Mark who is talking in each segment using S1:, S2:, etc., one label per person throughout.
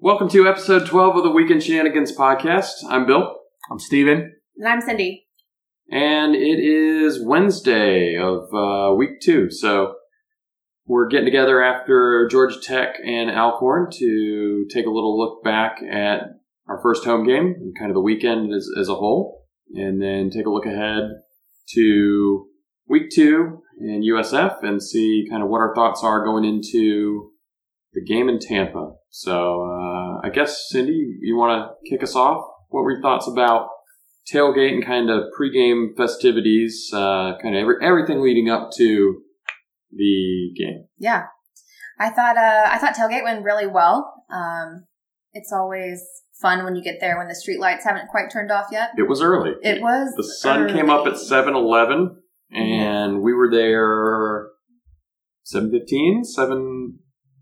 S1: Welcome to episode 12 of the Weekend Shenanigans podcast. I'm Bill.
S2: I'm Steven.
S3: And I'm Cindy.
S1: And it is Wednesday of uh, week two. So we're getting together after Georgia Tech and Alcorn to take a little look back at our first home game and kind of the weekend as, as a whole. And then take a look ahead to week two in USF and see kind of what our thoughts are going into the game in Tampa. So uh, I guess, Cindy, you want to kick us off? What were your thoughts about tailgate and kind of pregame festivities, uh, kind of every, everything leading up to the game.
S3: Yeah, I thought uh, I thought tailgate went really well. Um, it's always fun when you get there when the street lights haven't quite turned off yet.
S1: It was early.
S3: It was
S1: The sun came up at
S3: early.
S1: 7:11 and we were there 7:15, 7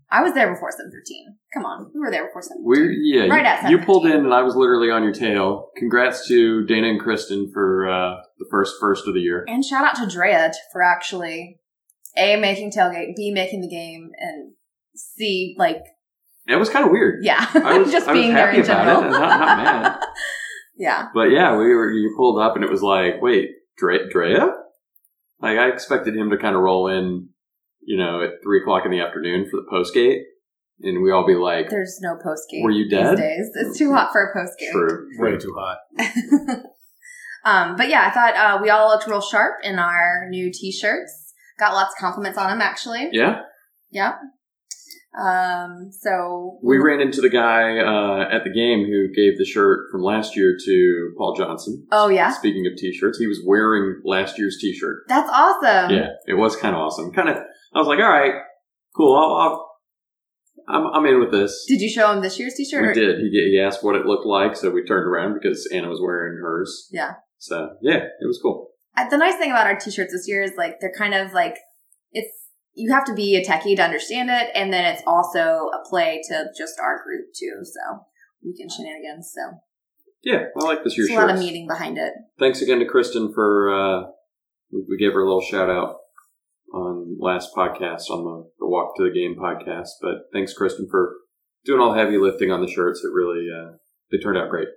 S3: I was there before seven fifteen. Come on, we were there before seven.
S1: We're yeah.
S3: Right
S1: you,
S3: at
S1: you pulled
S3: 7:15.
S1: in, and I was literally on your tail. Congrats to Dana and Kristen for uh, the first first of the year.
S3: And shout out to Drea t- for actually a making tailgate, b making the game, and c like
S1: It was kind of weird.
S3: yeah,
S1: I was
S3: just
S1: I was
S3: being there
S1: happy
S3: in
S1: about
S3: general.
S1: it. and Not, not mad.
S3: yeah,
S1: But yeah, we were you pulled up, and it was like, wait, Dre, Drea? Like I expected him to kind of roll in, you know, at three o'clock in the afternoon for the post gate, and we all be like,
S3: there's no post game.
S1: Were you dead?
S3: These days it's too hot for a post game.
S1: true,
S2: Way too hot.
S3: um, but yeah, I thought uh, we all looked real sharp in our new t-shirts. Got lots of compliments on them, actually.
S1: Yeah,
S3: Yep. Um, so
S1: we ran into the guy uh, at the game who gave the shirt from last year to Paul Johnson.
S3: Oh yeah,
S1: Speaking of t-shirts, he was wearing last year's t-shirt.
S3: that's awesome.
S1: yeah, it was kind of awesome. Kind of, I was like, all right, cool. I'll, I'll I'm, I'm in with this.
S3: Did you show him this year's t-shirt?
S1: we
S3: or-
S1: did. He did. He asked what it looked like, so we turned around because Anna was wearing hers.
S3: Yeah.
S1: So yeah, it was cool.
S3: Uh, The nice thing about our t-shirts this year is like they're kind of like it's you have to be a techie to understand it, and then it's also a play to just our group too. So weekend shenanigans. So
S1: Yeah, I like this year's
S3: there's a lot of
S1: shirts.
S3: meaning behind it.
S1: Thanks again to Kristen for uh, we we gave her a little shout out on last podcast on the, the Walk to the Game podcast. But thanks, Kristen, for doing all the heavy lifting on the shirts. It really uh, they turned out great.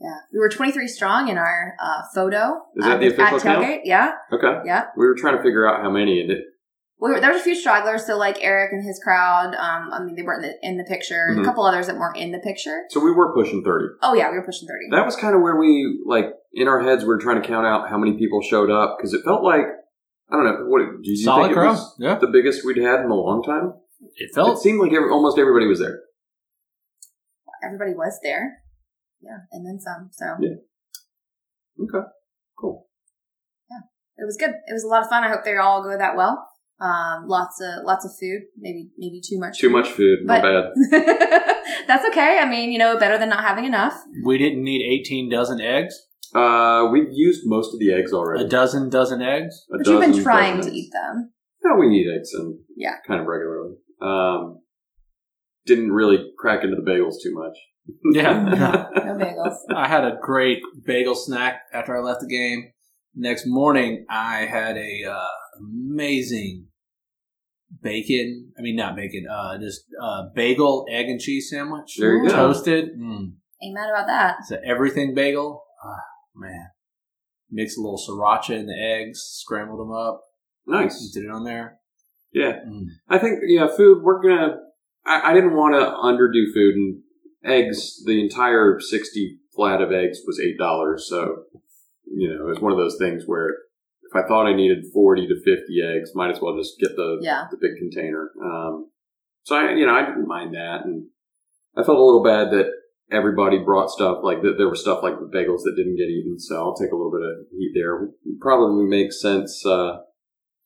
S3: Yeah, we were 23 strong in our uh, photo.
S1: Is that
S3: uh,
S1: the official
S3: at
S1: count?
S3: tailgate? Yeah,
S1: Okay.
S3: yeah.
S1: We were trying to figure out how many, and it,
S3: We were, there was a few stragglers, so like Eric and his crowd. Um, I mean, they weren't in the, in the picture.
S1: Mhm.
S3: A couple others that weren't in the picture.
S1: so we were pushing thirty.
S3: Oh yeah, we were pushing 30.
S1: That was kind of where we like in our heads. We were trying to count out how many people showed up because it felt like I don't know. What do you
S2: Solid
S1: think? It
S2: crowd.
S1: was
S2: Yeah.
S1: the biggest we'd had in a long time.
S2: It
S1: It seemed like every, almost everybody was there.
S3: Everybody was there. Yeah, and then some. So
S1: Yeah. Okay, cool.
S3: it was good. It was a lot of fun. I hope they all go that well. Um, lots of lots of food. Maybe maybe too much.
S1: Too much food, my
S3: But-
S1: bad.
S3: That's okay. I mean, you know, better than not having enough.
S2: We didn't need 18 dozen eggs.
S1: Uh, we've used most of the eggs
S2: A
S1: already.
S2: dozen dozen eggs.
S1: A
S3: But you've been
S1: dozen,
S3: trying
S1: dozen
S3: to
S1: eggs.
S3: eat them.
S1: No, we eat eggs and
S3: Yeah.
S1: kind of regularly. Um, didn't really crack into the bagels too much.
S2: Yeah.
S3: No bagels.
S2: I had a great bagel snack after I left the game. Next morning, I had a uh, amazing bacon. I mean, not bacon. Uh, just uh, bagel, egg, and cheese sandwich.
S1: there you go.
S2: Toasted. Mm.
S3: Ain't mad about that.
S2: It's an everything bagel. Ah, man, mix a little sriracha in the eggs. Scrambled them up.
S1: Nice.
S2: Did it on there.
S1: Yeah.
S2: Mm.
S1: I think yeah, food. We're gonna. I, I didn't want to underdo food and eggs. The entire sixty flat of eggs was eight dollars. So you know, it's one of those things where if I thought I needed forty to fifty eggs, might as well just get the
S3: Yeah.
S1: the big container. Um, so I you know I didn't mind that, and I felt a little bad that everybody brought stuff like that. There were stuff like bagels that didn't get eaten. So I'll take a little bit of heat there. Probably makes sense. Uh,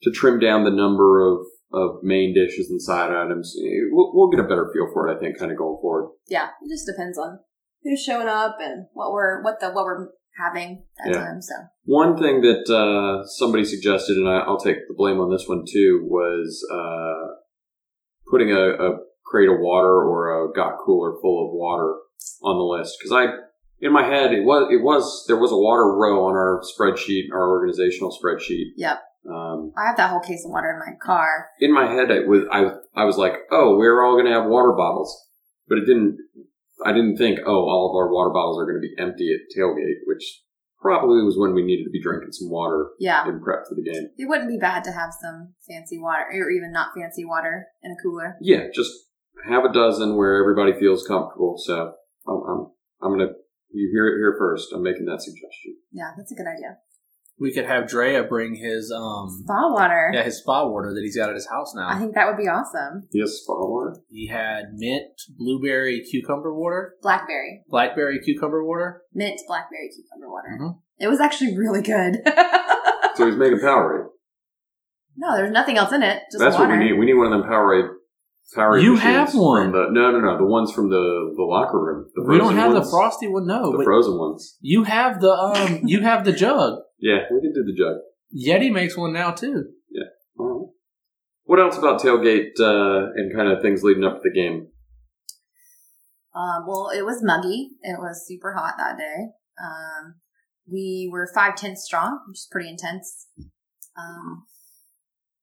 S1: to trim down the number of, of main dishes and side items. Eh, We'll, we'll get a better feel for it, I think, kind of going forward.
S3: Yeah. It just depends on who's showing up and what we're what the what we're having that
S1: Yeah.
S3: time. So
S1: One thing that uh, somebody suggested, and I, I'll take the blame on this one too, was uh, putting a, a crate of water or a got cooler full of water on the list because I, in my head, it was it was there was a water row on our spreadsheet, our organizational spreadsheet.
S3: Yep.
S1: Um,
S3: I have that whole case of water in my car.
S1: in my head, I was I I was like, oh, we're all gonna have water bottles, but it didn't. I didn't think, oh, all of our water bottles are going to be empty at tailgate, which probably was when we needed to be drinking some water
S3: Yeah.
S1: in prep for the game.
S3: It wouldn't be bad to have some fancy water, or even not fancy water, in a cooler.
S1: Yeah, just have a dozen where everybody feels comfortable. So I'm, I'm, I'm gonna. You hear it here first. I'm making that suggestion.
S3: Yeah, that's a good idea.
S2: We could have Drea bring his um
S3: Spa water.
S2: yeah his spa water that he's got at his house now.
S3: I think that would be awesome.
S1: Yes, spa water.
S2: he had mint, blueberry, cucumber water,
S3: Blackberry.
S2: blackberry, cucumber water.
S3: Mint blackberry cucumber water.
S1: Mm-hmm.
S2: Mhm.
S3: It was actually really good.
S1: So he's making Powerade.
S3: no, there's nothing else in it. Just
S1: That's
S3: water.
S1: what we need. We need one of them Powerade. Powerade.
S2: You
S1: machines
S2: have one.
S1: From the, no, no, no. The ones from the the locker room. The
S2: We don't
S1: frozen
S2: have
S1: ones.
S2: the frosty one, no.
S1: The
S2: but
S1: frozen ones.
S2: you have the um you have the jug.
S1: Yeah, we can do the jug.
S2: Yeti makes one now too.
S1: All right. What else about tailgate uh, and kind of things leading up to the game?
S3: Um, well, it was muggy. It was super hot that day. Um, we were five tenths strong, which is pretty intense. Um,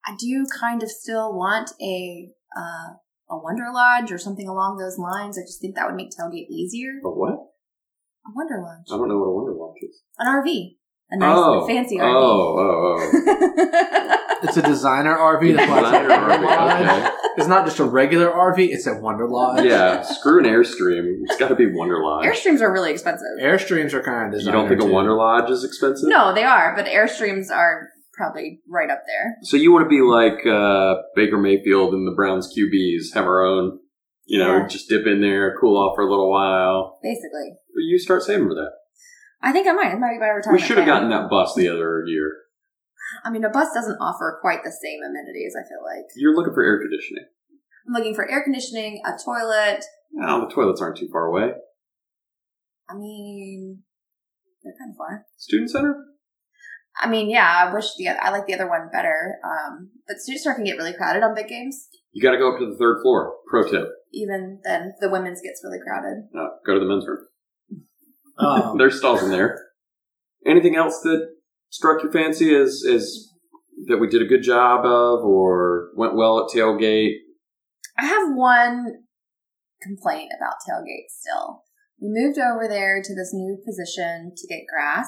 S3: I do kind of still want a uh, a Wonder Lodge or something along those lines. I just think that would make tailgate easier.
S1: A what?
S3: A Wonder
S1: I
S3: Lodge,
S1: don't know what a Wonder Watch is.
S3: an RV, a nice
S1: oh,
S3: fancy
S1: Oh,
S3: RV.
S1: oh, oh.
S2: It's a designer RV. That's why it's
S1: Designer
S2: a Wonder
S1: RV,
S2: Lodge.
S1: okay.
S2: It's not just a regular RV. It's a Wonder Lodge.
S1: yeah, screw an Airstream. It's got to be Wonder Lodge.
S3: Airstreams are really expensive.
S2: Airstreams are kind of
S1: you
S2: designer.
S1: don't think a
S2: too.
S1: Wonder Lodge is expensive?
S3: No, they are, but Airstreams are probably right up there.
S1: So you want to be like uh, Baker Mayfield and the Browns QBs, have our own, you know,
S3: Yeah.
S1: just dip in there, cool off for a little while.
S3: Basically,
S1: You start saving for that.
S3: I think I might. It might be my retirement.
S1: we should have gotten
S3: plan.
S1: that bus the other year.
S3: I mean, a bus doesn't offer quite the same amenities, I feel like.
S1: You're looking for air conditioning.
S3: I'm looking for air conditioning, a toilet.
S1: Oh, the toilets aren't too far away.
S3: I mean, they're kind of far.
S1: Student center?
S3: I mean, yeah, I wish the I like the other one better. Um, but student store can get really crowded on big games.
S1: You got to go up to the third floor. Pro tip:
S3: Even then, the women's gets really crowded.
S1: no, go to the men's room.
S2: Um,
S1: There's stalls in there. Anything else that struck your fancy is is that we did a good job of or went well at tailgate?
S3: I have one complaint about tailgate still. We moved over there to this new position to get grass.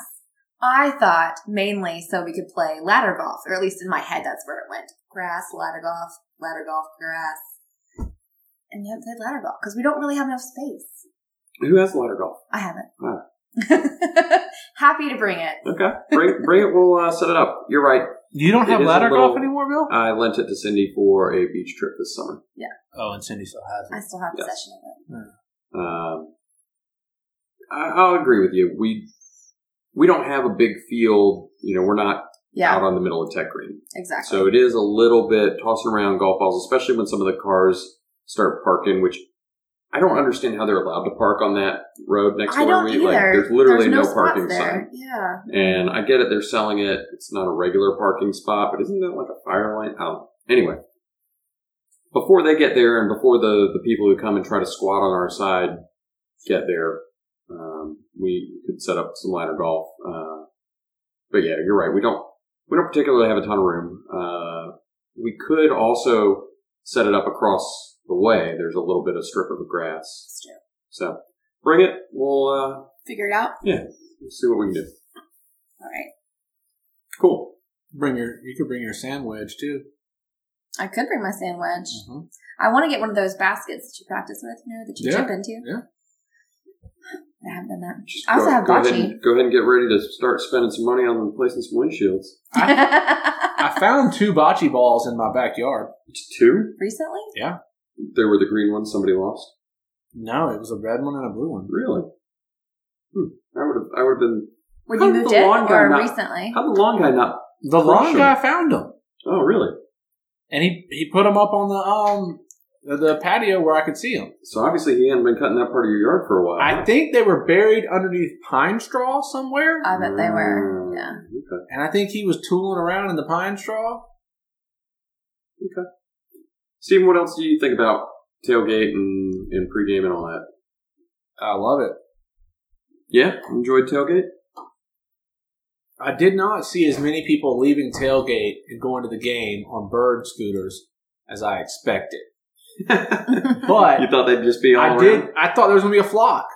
S3: I thought mainly so we could play ladder golf, or at least in my head that's where it went. Grass, ladder golf, ladder golf, grass. And we haven't played ladder golf because we don't really have enough space.
S1: Who has ladder golf?
S3: I haven't.
S1: Wow.
S3: Happy to bring it.
S1: Okay, bring bring it. We'll uh, set it up. You're right.
S2: you don't
S1: It
S2: have
S1: is a
S2: ladder
S1: little-
S2: golf anymore, Bill?
S1: I lent it to Cindy for a beach trip this summer.
S2: Oh, and Cindy still has
S3: I still have
S1: Yes.
S3: possession of it.
S1: Um, I, I'll agree with you. We we don't have a big field. You know, we're not out
S3: Yeah,
S1: on the middle of tech green,
S3: exactly.
S1: Um, so it is a little bit tossing around golf balls, especially when some of the cars start parking, which. I don't understand how they're allowed to park on that road next
S3: I
S1: to where
S3: don't
S1: we
S3: either.
S1: like. There's literally
S3: spots
S1: parking sign,
S3: there. Yeah.
S1: and I get it. They're selling it. It's not a regular parking spot, but isn't that like a fire lane? Oh, anyway. Before they get there, and before the the people who come and try to squat on our side get there, um, we could set up some ladder golf. Uh, but yeah, you're right. We don't we don't particularly have a ton of room. Uh, we could also set it up across the way. There's a little bit of strip of grass,
S3: It's true.
S1: so bring it. We'll uh,
S3: Figure it out.
S1: we'll see what we can do.
S3: All right.
S1: Cool.
S2: Bring your, you could bring your sandwich too.
S3: I could bring my sandwich.
S1: Mm-hmm.
S2: Mhm.
S3: I want to get one of those baskets that you practice with, you know, that you
S2: Yeah,
S3: chip into.
S2: yeah.
S3: I haven't done that.
S1: Just
S3: I also have
S1: ahead
S3: bocce.
S1: and- go ahead and get ready to start spending some money on replacing some windshields.
S2: I, I found two bocce balls in my backyard.
S1: It's two.
S3: Recently?
S1: They were the green ones somebody lost.
S2: No, it was a red one and a blue one.
S1: Really? Hmm. I would have. I would have been.
S3: When
S1: How
S3: you
S1: did
S3: moved
S1: the
S3: in
S1: lawn guy
S3: or
S1: not-
S3: recently?
S1: How the long guy not?
S2: The
S1: Crush
S2: long
S1: 'em.
S2: guy found them,
S1: Oh, really?
S2: and he he put them up on the um the, the patio where I could see them.
S1: So obviously he hadn't been cutting that part of your yard for a while.
S2: I think they were buried underneath pine straw somewhere,
S3: I bet they were.
S1: Mm,
S3: Yeah.
S1: Okay.
S2: and I think he was tooling around in the pine straw.
S1: Stephen, what else do you think about tailgate and and pregame and all that?
S2: I love it.
S1: Yeah, enjoyed tailgate.
S2: I did not see as many people leaving tailgate and going to the game on bird scooters as I expected. But
S1: you thought they'd just be all
S2: I
S1: around?
S2: did. I thought there was going to be a flock.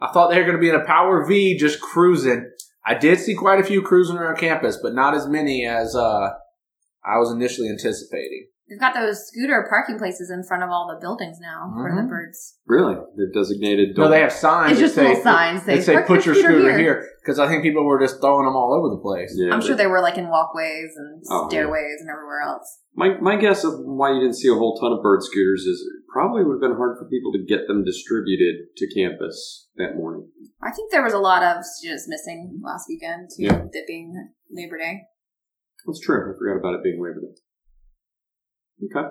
S2: I thought they were going to be in a power V just cruising. I did see quite a few cruising around campus, but not as many as uh, I was initially anticipating.
S3: They've got those scooter parking places in front of all the buildings now for the
S2: Mhm.
S3: birds.
S1: Really? They're designated.
S2: No, they have signs.
S3: It's
S2: that
S3: just
S2: say,
S3: little signs.
S2: They
S3: They
S2: say,
S3: "Park
S2: "Put your scooter, here," because I think people were just throwing them all over the place.
S1: Yeah,
S3: I'm
S1: they-
S3: sure they were like in walkways and
S1: Oh, yeah.
S3: stairways and everywhere else.
S1: My, my guess of why you didn't see a whole ton of bird scooters is it probably would have been hard for people to get them distributed to campus that morning.
S3: I think there was a lot of students missing last weekend too,
S1: Yeah.
S3: it being Labor Day.
S1: That's true. I forgot about it being Labor Day. Okay.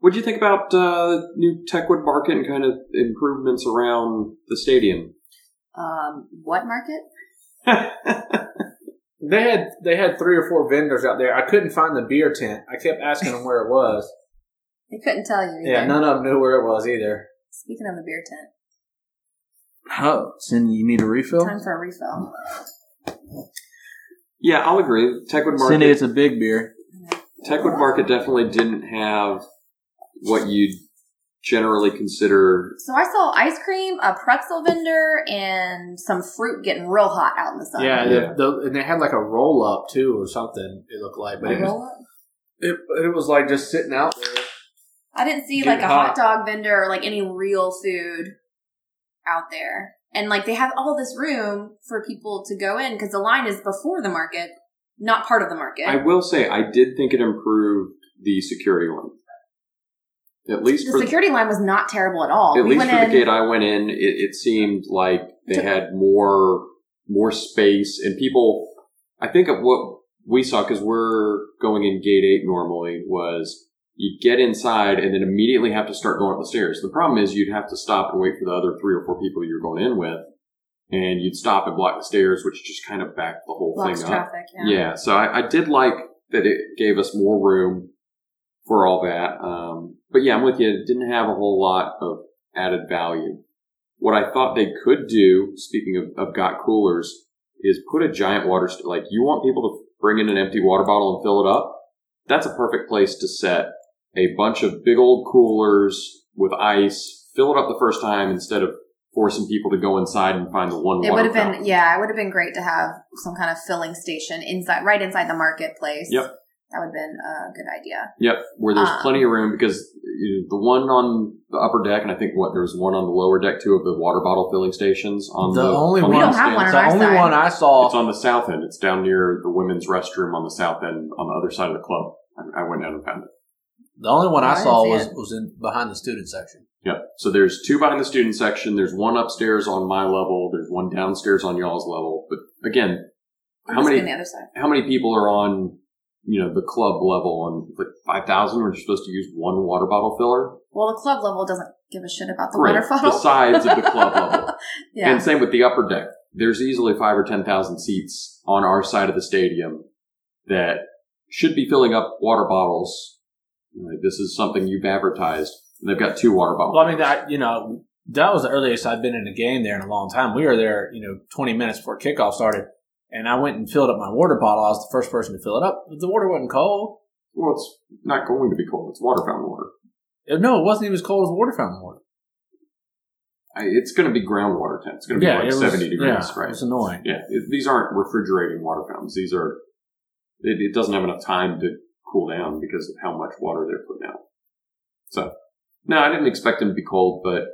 S1: What'd you think about uh, new Techwood Market and kind of improvements around the stadium?
S3: Um, what market?
S2: They had they had three or four vendors out there. I couldn't find the beer tent. I kept asking them where it was.
S3: They couldn't tell you. Either.
S2: yeah, none of them knew where it was either.
S3: Speaking of the beer tent,
S2: Oh, and you need a refill.
S3: time for a refill.
S1: yeah, I'll agree. Techwood Market.
S2: Cindy, it's a big beer.
S1: Techwood Market definitely didn't have what you'd generally consider.
S3: So I saw ice cream, a pretzel vendor, and some fruit getting real hot out in the sun.
S2: Yeah,
S1: Yeah.
S2: The, the, and they had like a roll up too or something. It looked like,
S3: A
S2: but it was,
S3: roll-up?
S2: it, it was like just sitting out there.
S3: I didn't see
S2: Getting
S3: like a hot. dog vendor or like any real food out there. And like they have all this room for people to go in because the line is before the market, not part of the market.
S1: I will say, I did think it improved the security line. At least
S3: the
S1: for
S3: security line was not terrible at all.
S1: at
S3: we
S1: least
S3: went
S1: for the
S3: in.
S1: gate I went in, it, it seemed like they had more more space and people. I think of what we saw because we're going in gate eight normally was you get inside and then immediately have to start going up the stairs. The problem is you'd have to stop and wait for the other three or four people you're going in with, and you'd stop and block the stairs, which just kind of backed the whole
S3: blocks
S1: thing up.
S3: traffic.
S1: Yeah. so I, I did like that it gave us more room for all that. Um, but yeah, I'm with you. It didn't have a whole lot of added value. What I thought they could do, speaking of, of got coolers, is put a giant water, st- like you want people to bring in an empty water bottle and fill it up. That's a perfect place to set a bunch of big old coolers with ice, fill it up the first time instead of forcing people to go inside and find the one
S3: It
S1: water
S3: would have
S1: fountain.
S3: been, yeah, it would have been great to have some kind of filling station inside, right inside the marketplace.
S1: Yep.
S3: That would have been a good idea.
S1: Yep, where there's
S3: Um,
S1: plenty of room because you know, the one on the upper deck, and I think what there was one on the lower deck too of the water bottle filling stations on
S2: The
S1: the
S2: only
S1: on
S2: one-
S1: the
S2: We don't
S1: stand.
S3: have one On
S2: the
S3: our
S2: only
S3: side.
S2: one I saw.
S1: It's on the south end. It's down near the women's restroom on the south end on the other side of the club. I, I went down and found it.
S2: the only one
S3: I
S2: I,
S3: didn't
S2: saw
S3: see
S2: was
S3: it.
S2: was in behind the student section.
S1: Yep. So there's two behind the student section. There's one upstairs on my level. There's one downstairs on y'all's level. But again, How
S3: It must be
S1: many-
S3: on the other side?
S1: how many people are on you know the club level? And like five thousand, we're supposed to use one water bottle filler.
S3: Well, the club level doesn't give a shit about the
S1: Great.
S3: water
S1: The
S3: bottle.
S1: sides of the club level.
S3: yeah.
S1: And same with the upper deck. There's easily five or ten thousand seats on our side of the stadium that should be filling up water bottles. Like, this is something you've advertised. And they've got two water bottles.
S2: Well, I mean, that you know, that was the earliest I'd been in a game there in a long time. We were there, you know, 20 minutes before kickoff started, and I went and filled up my water bottle. I was the first person to fill it up. The water wasn't cold.
S1: Well, it's not going to be cold. It's water fountain water.
S2: Uh, No, it wasn't even as cold as water fountain water.
S1: I, it's going to be groundwater temp. It's going to be like
S2: it was-
S1: seventy degrees,
S2: yeah,
S1: right?
S2: It was annoying.
S1: Yeah, it- these aren't refrigerating water fountains. These are. It, it doesn't have enough time to cool down because of how much water they're putting out. So, no, I didn't expect them to be cold, but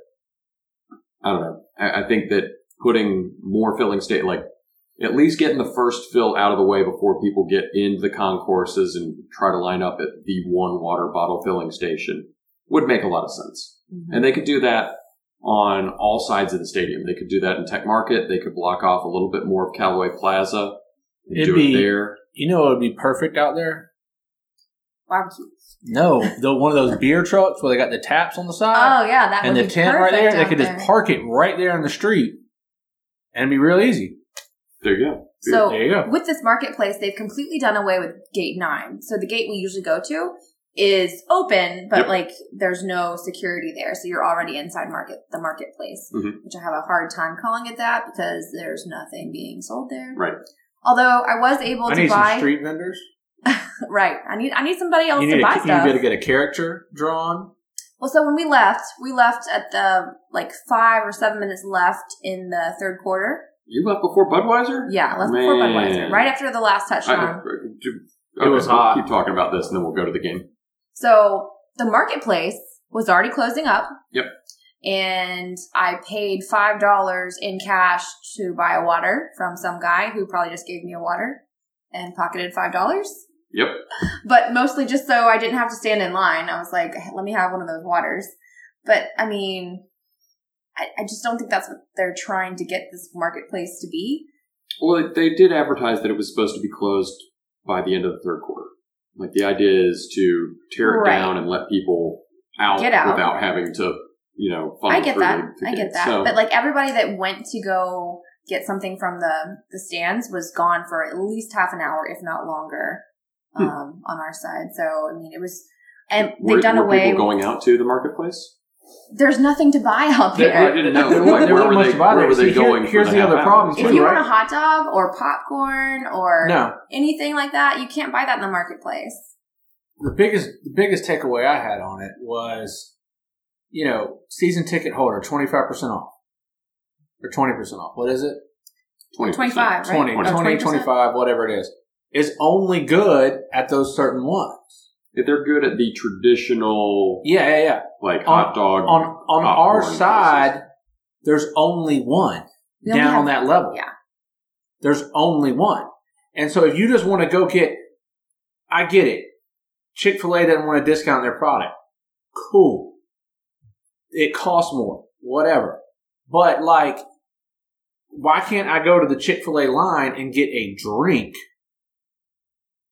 S1: I don't know. I, I think that putting more filling state, like at least getting the first fill out of the way before people get into the concourses and try to line up at the one water bottle filling station would make a lot of sense.
S3: Mhm.
S1: And they could do that on all sides of the stadium. They could do that in Tech Market. They could block off a little bit more of Callaway Plaza and
S2: It'd
S1: do
S2: be-
S1: it there.
S2: You know, it would be perfect out there.
S3: Barbecue.
S2: No, the, one of those beer trucks where they got the taps on the side
S3: Oh yeah, that
S2: and
S3: would
S2: the
S3: be
S2: tent right
S3: perfect
S2: there. They
S3: out
S2: could just park it right there in the street, and it'd be real easy.
S1: There you go.
S3: So
S2: There you go.
S3: with this marketplace, they've completely done away with gate nine. So the gate we usually go to is open, but
S1: Yep.
S3: like there's no security there, so you're already inside market the marketplace,
S1: Mhm.
S3: which I have a hard time calling it that because there's nothing being sold there.
S1: Right.
S3: Although I was able
S2: I
S3: to
S2: need some
S3: buy
S2: street vendors.
S3: right. I need I need somebody else
S2: You need
S3: to
S2: to,
S3: buy
S2: you
S3: stuff.
S2: got to get a character drawn.
S3: Well, so when we left, we left at the like five or seven minutes left in the third quarter.
S1: You left before Budweiser?
S3: Yeah, left before
S1: Man.
S3: Budweiser, right after the last
S1: I, uh,
S3: touchdown.
S1: okay,
S2: was
S1: we'll
S2: hot.
S1: Keep talking about this, and then we'll go to the game.
S3: So the marketplace was already closing up.
S1: Yep.
S3: And I paid five dollars in cash to buy a water from some guy who probably just gave me a water and pocketed five dollars.
S1: Yep.
S3: But mostly just so I didn't have to stand in line. I was like, let me have one of those waters. But I mean, I, I just don't think that's what they're trying to get this marketplace to be.
S1: Well, they did advertise that it was supposed to be closed by the end of the third quarter. Like the idea is to tear it
S3: Right.
S1: down and let people out,
S3: Get out.
S1: without having to, you know, funnel
S3: I get
S1: through
S3: that.
S1: to
S3: I
S1: get
S3: get that.
S1: So,
S3: But like everybody that went to go get something from the the stands was gone for at least half an hour, if not longer,
S1: Hmm.
S3: um, on our side. So I mean, it was, and
S1: were,
S3: they've done
S1: were
S3: away.
S1: people going out to the marketplace?
S3: There's nothing to buy out
S2: There-
S1: I
S3: there.
S1: didn't know.
S2: There
S1: Like,
S2: wasn't
S1: where were
S2: much
S1: they,
S2: to buy
S1: where
S2: there.
S1: were they
S2: See, here-
S1: going? for
S2: here's the
S1: half
S2: other
S1: hour?
S2: problem,
S3: if
S2: too,
S3: you
S2: right?
S3: want a hot dog or popcorn or
S2: No,
S3: anything like that, you can't buy that in the marketplace.
S2: the biggest the biggest takeaway I had on it was, you know, season ticket holder twenty five percent off or twenty percent off. What is it?
S1: 20%.
S3: Twenty five, right?
S2: 20,
S3: Or
S2: 20,
S3: 20%?
S2: 25, whatever it is, is only good at those certain ones.
S1: If they're good at the traditional,
S2: Yeah, yeah, yeah.
S1: like
S2: On-
S1: hot dog,
S2: On on
S1: Popcorn
S2: our
S1: places.
S2: side, there's only one
S3: We
S2: down
S3: only
S2: on
S3: have-
S2: that level.
S3: yeah.
S2: There's only one. And so if you just want to go get, I get it. Chick fil A doesn't want to discount their product. Cool. It costs more, whatever. But like, why can't I go to the Chick fil A line and get a drink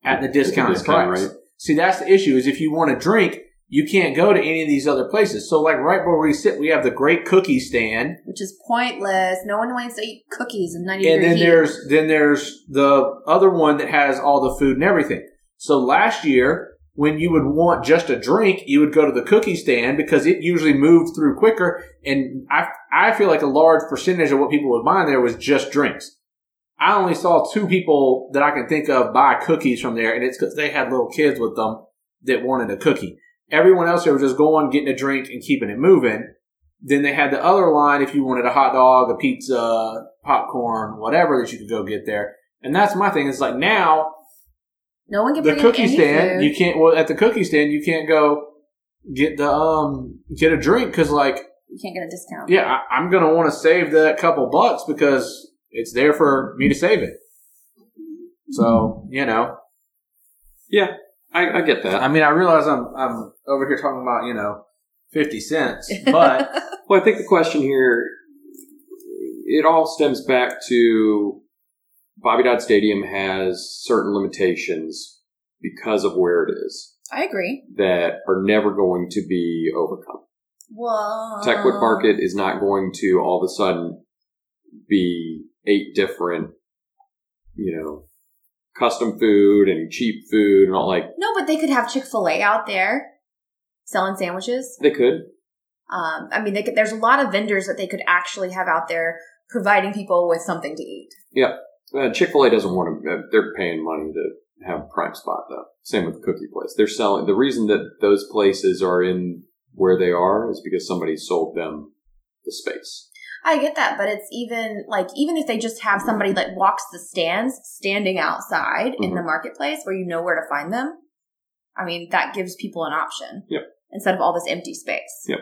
S2: at the discounted
S1: discount
S2: price?
S1: rate.
S2: See, that's the issue is if you want a drink, you can't go to any of these other places. So like right where we sit, we have the great cookie stand
S3: which is pointless. No one wants to eat cookies in ninety
S2: and
S3: degree
S2: then
S3: heat.
S2: there's then there's the other one that has all the food and everything. So last year, when you would want just a drink, you would go to the cookie stand because it usually moved through quicker. And I I feel like a large percentage of what people were buying there was just drinks. I only saw two people that I can think of buy cookies from there, and it's because they had little kids with them that wanted a cookie. Everyone else there was just going, getting a drink, and keeping it moving. Then they had the other line if you wanted a hot dog, a pizza, popcorn, whatever that you could go get there. And that's my thing. It's like now
S3: no one can
S2: the
S3: bring
S2: cookie
S3: any
S2: stand,
S3: food.
S2: you can't. Well, at the cookie stand, you can't go get the um get a drink because like
S3: you can't get a discount.
S2: yeah, I, I'm gonna want to save that couple bucks because it's there for me to save it. So you know,
S1: yeah, I, I get that.
S2: I mean, I realize I'm I'm over here talking about you know fifty cents, but
S1: Well, I think the question here, it all stems back to Bobby Dodd Stadium has certain limitations because of where it is
S3: I agree.
S1: that are never going to be overcome.
S3: Whoa.
S1: Techwood Market is not going to all of a sudden be eight different, you know, custom food and cheap food and all like
S3: No, but they could have Chick Fil A out there selling sandwiches.
S1: they could.
S3: Um, I mean, they could, there's a lot of vendors that they could actually have out there providing people with something to eat.
S1: Uh, Chick Fil A doesn't want to. Uh, they're paying money to have a prime spot though. Same with the cookie place. They're selling. The reason that those places are in where they are is because somebody sold them the space.
S3: I get that, but it's even like even if they just have somebody that walks the stands standing outside in
S1: Mm-hmm.
S3: the marketplace where you know where to find them. I mean, that gives people an option.
S1: Yep.
S3: Instead of all this empty space.
S1: Yep.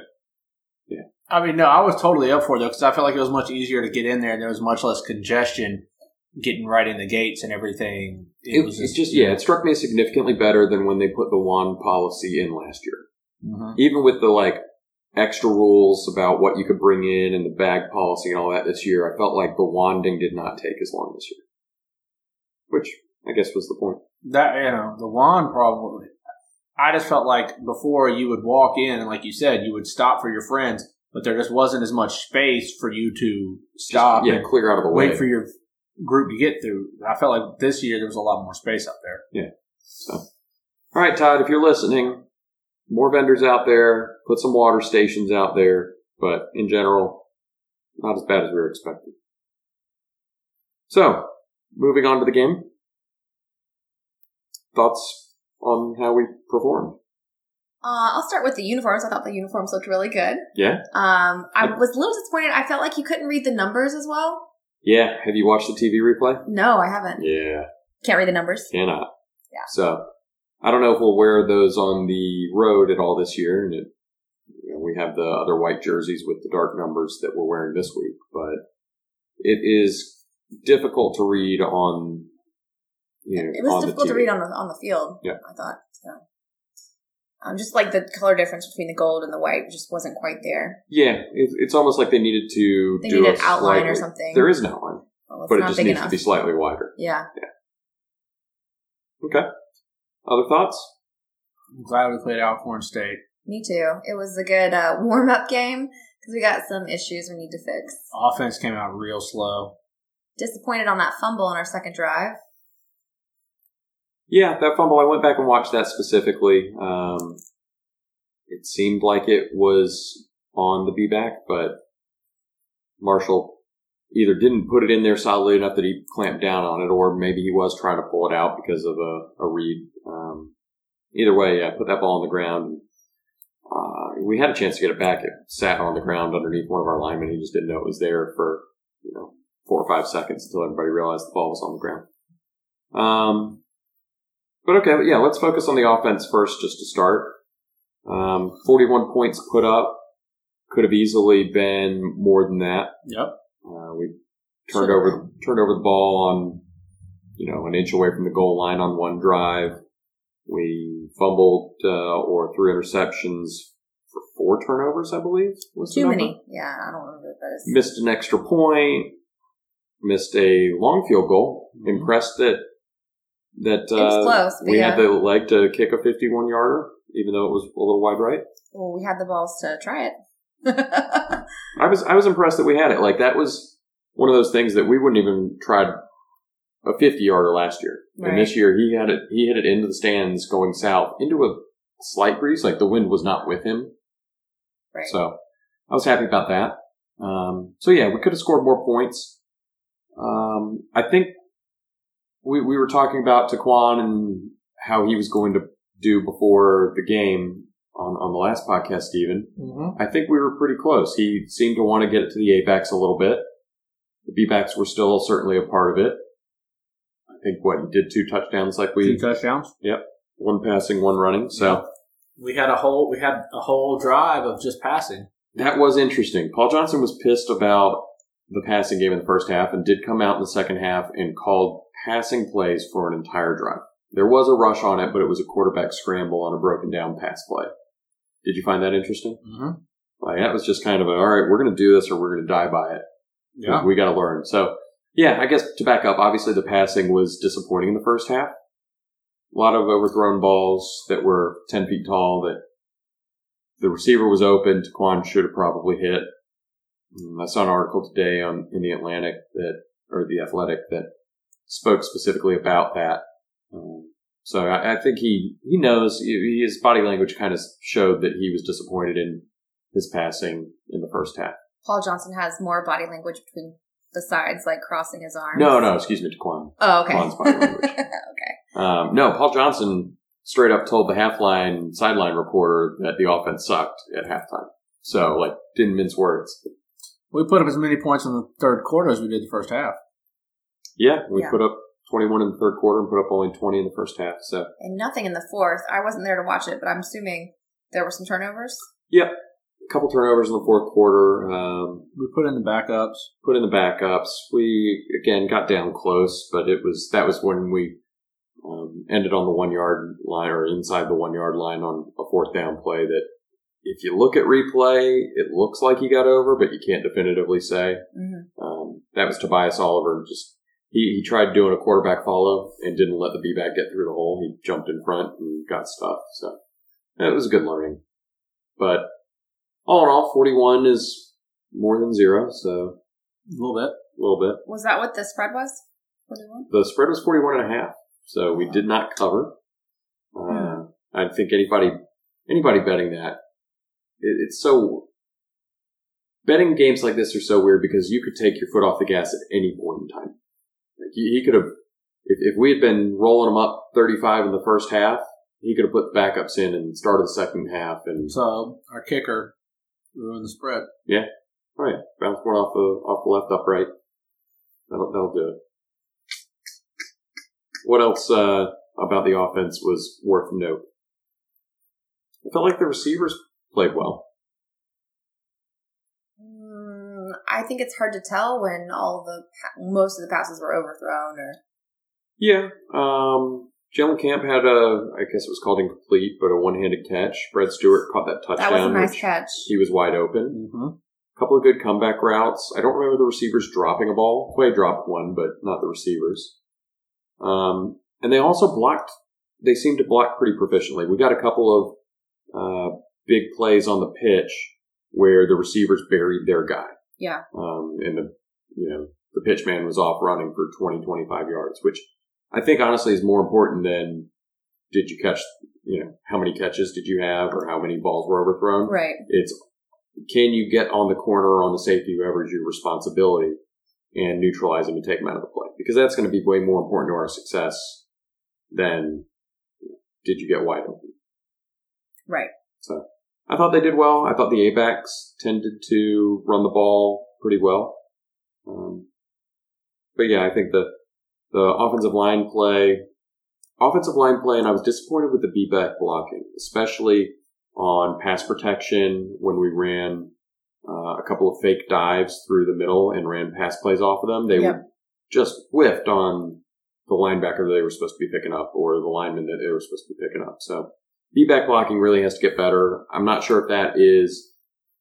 S2: I mean, no, I was totally up for it though because I felt like it was much easier to get in there and there was much less congestion getting right in the gates and everything.
S1: It, was it's just yeah. It struck me as significantly better than when they put the wand policy in last year.
S2: Mhm.
S1: Even with the like extra rules about what you could bring in and the bag policy and all that this year, I felt like the wanding did not take as long this year, which I guess was the point.
S2: that you know the wand problem. I just felt like before you would walk in and like you said, you would stop for your friends, but there just wasn't as much space for you to stop
S1: yeah,
S2: and
S1: clear out of the way.
S2: wait for your group to get through. I felt like this year there was a lot more space out there.
S1: All right, Todd, if you're listening, more vendors out there, put some water stations out there, but in general, not as bad as we were expecting. So, moving on to the game. thoughts on how we performed?
S3: Uh, I'll start with the uniforms. I thought the uniforms looked really good.
S1: Yeah?
S3: Um, I was a little disappointed. I felt like you couldn't read the numbers as well.
S1: Yeah. Have you watched the TV replay?
S3: No, I haven't.
S1: Yeah.
S3: Can't read the numbers.
S1: Cannot.
S3: Yeah.
S1: So I don't know if we'll wear those on the road at all this year. And it, you know, we have the other white jerseys with the dark numbers that we're wearing this week, but it is difficult to read on. You know,
S3: It
S1: on
S3: was
S1: the
S3: difficult to
S1: TV.
S3: read on the on the field.
S1: Yeah.
S3: I thought so. Um, just like the color difference between the gold and the white just wasn't quite there.
S1: Yeah, it, it's almost like they needed to
S3: They
S1: do
S3: needed
S1: a
S3: an outline or
S1: slightly-
S3: something.
S1: There is an outline,
S3: well, it's
S1: but it
S3: not
S1: just
S3: big
S1: needs
S3: enough.
S1: to be slightly wider.
S3: yeah,
S1: Other thoughts?
S2: I'm glad we played Alcorn State.
S3: me too. It was a good uh, warm up game because we got some issues we need to fix.
S2: Offense came out real slow.
S3: Disappointed on that fumble on our second drive.
S1: Yeah, that fumble. I went back and watched that specifically. Um, it seemed like it was on the B back, but Marshall either didn't put it in there solidly enough that he clamped down on it, or maybe he was trying to pull it out because of a, a read. Um, either way, yeah, put that ball on the ground. Uh, we had a chance to get it back. It sat on the ground underneath one of our linemen. He just didn't know it was there for you know four or five seconds until everybody realized the ball was on the ground. Um, but okay, yeah, let's focus on the offense first just to start. Um, 41 points put up. Could have easily been more than that.
S2: Yep.
S1: Uh, we turned over turned over the ball on, you know, an inch away from the goal line on one drive. We fumbled uh, or three interceptions for four turnovers, I believe. was the
S3: Too
S1: number.
S3: many. Yeah, I don't remember those.
S1: Missed an extra point. Missed a long field goal.
S3: Mm-hmm.
S2: Mhm.
S1: Impressed that that
S3: it was
S1: uh,
S3: close. But
S1: we
S3: yeah,
S1: had the leg to kick a 51 yarder, even though it was a little wide right.
S3: well, we had the balls to try it.
S1: I was I was impressed that we had it. Like that was one of those things that we wouldn't even tried a 50 yarder last year, and this year he had it. He hit it into the stands going south into a slight breeze. Like the wind was not with him,
S3: right.
S1: so I was happy about that. Um, so yeah, we could have scored more points. Um, I think we we were talking about Taquan and how he was going to do before the game on on the last podcast, even.
S2: Mm-hmm.
S1: I think we were pretty close. He seemed to want to get it to the A backs a little bit. The B backs were still certainly a part of it. I think what he did two touchdowns, like
S2: Two
S1: we
S2: touchdowns.
S1: one passing, one running. So
S2: We had a whole we had a whole drive of just passing.
S1: that was interesting. Paul Johnson was pissed about the passing game in the first half and did come out in the second half and called passing plays for an entire drive. There was a rush on it, but it was a quarterback scramble on a broken down pass play. Did you find that interesting?
S2: Mm-hmm.
S1: Like that was just kind of a, all right, we're going to do this or we're going to die by it.
S2: Yeah.
S1: We got to learn. So, yeah, I guess to back up, obviously the passing was disappointing in the first half. A lot of overthrown balls that were 10 feet tall that the receiver was open. Taquan should have probably hit. Mm, I saw an article today on, in the Atlantic that, or the Athletic that spoke specifically about that. Um, so I, I think he, he knows, he- his body language kind of showed that he was disappointed in his passing in the first half.
S3: Paul Johnson has more body language between besides like crossing his arms.
S1: No, no, excuse me, Taquan.
S3: Oh, okay.
S1: Juan's body language.
S3: okay.
S1: Um, no, Paul Johnson straight up told the halfline sideline reporter that the offense sucked at halftime. So, like, didn't mince words.
S2: We put up as many points in the third quarter as we did the first half.
S1: Yeah, we
S3: Yeah.
S1: put up 21 in the third quarter and put up only 20 in the first half. So,
S3: And nothing in the fourth. I wasn't there to watch it, but I'm assuming there were some turnovers.
S1: a couple turnovers in the fourth quarter, um,
S2: We put in the backups.
S1: put in the backups. We, again, got down close, but it was, that was when we, um, ended on the one yard line or inside the one yard line on a fourth down play that if you look at replay, it looks like he got over, but you can't definitively say.
S3: Mm-hmm.
S1: Um, that was Tobias Oliver. Just he, he tried doing a quarterback follow and didn't let the B back get through the hole. He jumped in front and got stuffed. So yeah, it was good learning. But all in all, 41 is more than zero, so
S2: A little bit.
S1: a little bit.
S3: Was that what the spread was? 41?
S1: The spread was 41 and a half, so we did not cover. Uh, I think anybody anybody betting that, it, it's so. Betting games like this are so weird because you could take your foot off the gas at any point in time. Like he, he could have, If, if we had been rolling him up 35 in the first half, he could have put the backups in and started the second half and
S2: So our kicker ruined the spread.
S1: Right. Oh, Bounce one off the off the left, upright. That'll that'll do it. What else uh, about the offense was worth note? I felt like the receivers played well.
S3: Mm, I think it's hard to tell when all the pa- most of the passes were overthrown or
S1: Yeah. Um, Jalen Camp had a, I guess it was called incomplete, but a one-handed catch. Brad Stewart caught that touchdown.
S3: that was a nice
S1: which
S3: catch.
S1: He was wide open.
S2: Mm-hmm.
S1: couple of good comeback routes. I don't remember the receivers dropping a ball. Quay dropped one, but not the receivers. Um, and they also blocked. They seemed to block pretty proficiently. We got a couple of uh, big plays on the pitch where the receivers buried their guy.
S3: Yeah.
S1: Um, and the you know the pitch man was off running for 20, 25 yards, which I think honestly is more important than did you catch. You know how many catches did you have, or how many balls were overthrown.
S3: Right.
S1: It's can you get on the corner or on the safety whoever's your responsibility and neutralize them and take them out of the play? Because that's going to be way more important to our success than did you get wide open.
S3: Right.
S1: So I thought they did well. I thought the A backs tended to run the ball pretty well. Um, but yeah, I think the the offensive line play, offensive line play, and I was disappointed with the B back blocking, especially on pass protection when we ran uh, a couple of fake dives through the middle and ran pass plays off of them. They
S3: Yep.
S1: just whiffed on the linebacker they were supposed to be picking up or the lineman that they were supposed to be picking up. So B back blocking really has to get better. I'm not sure if that is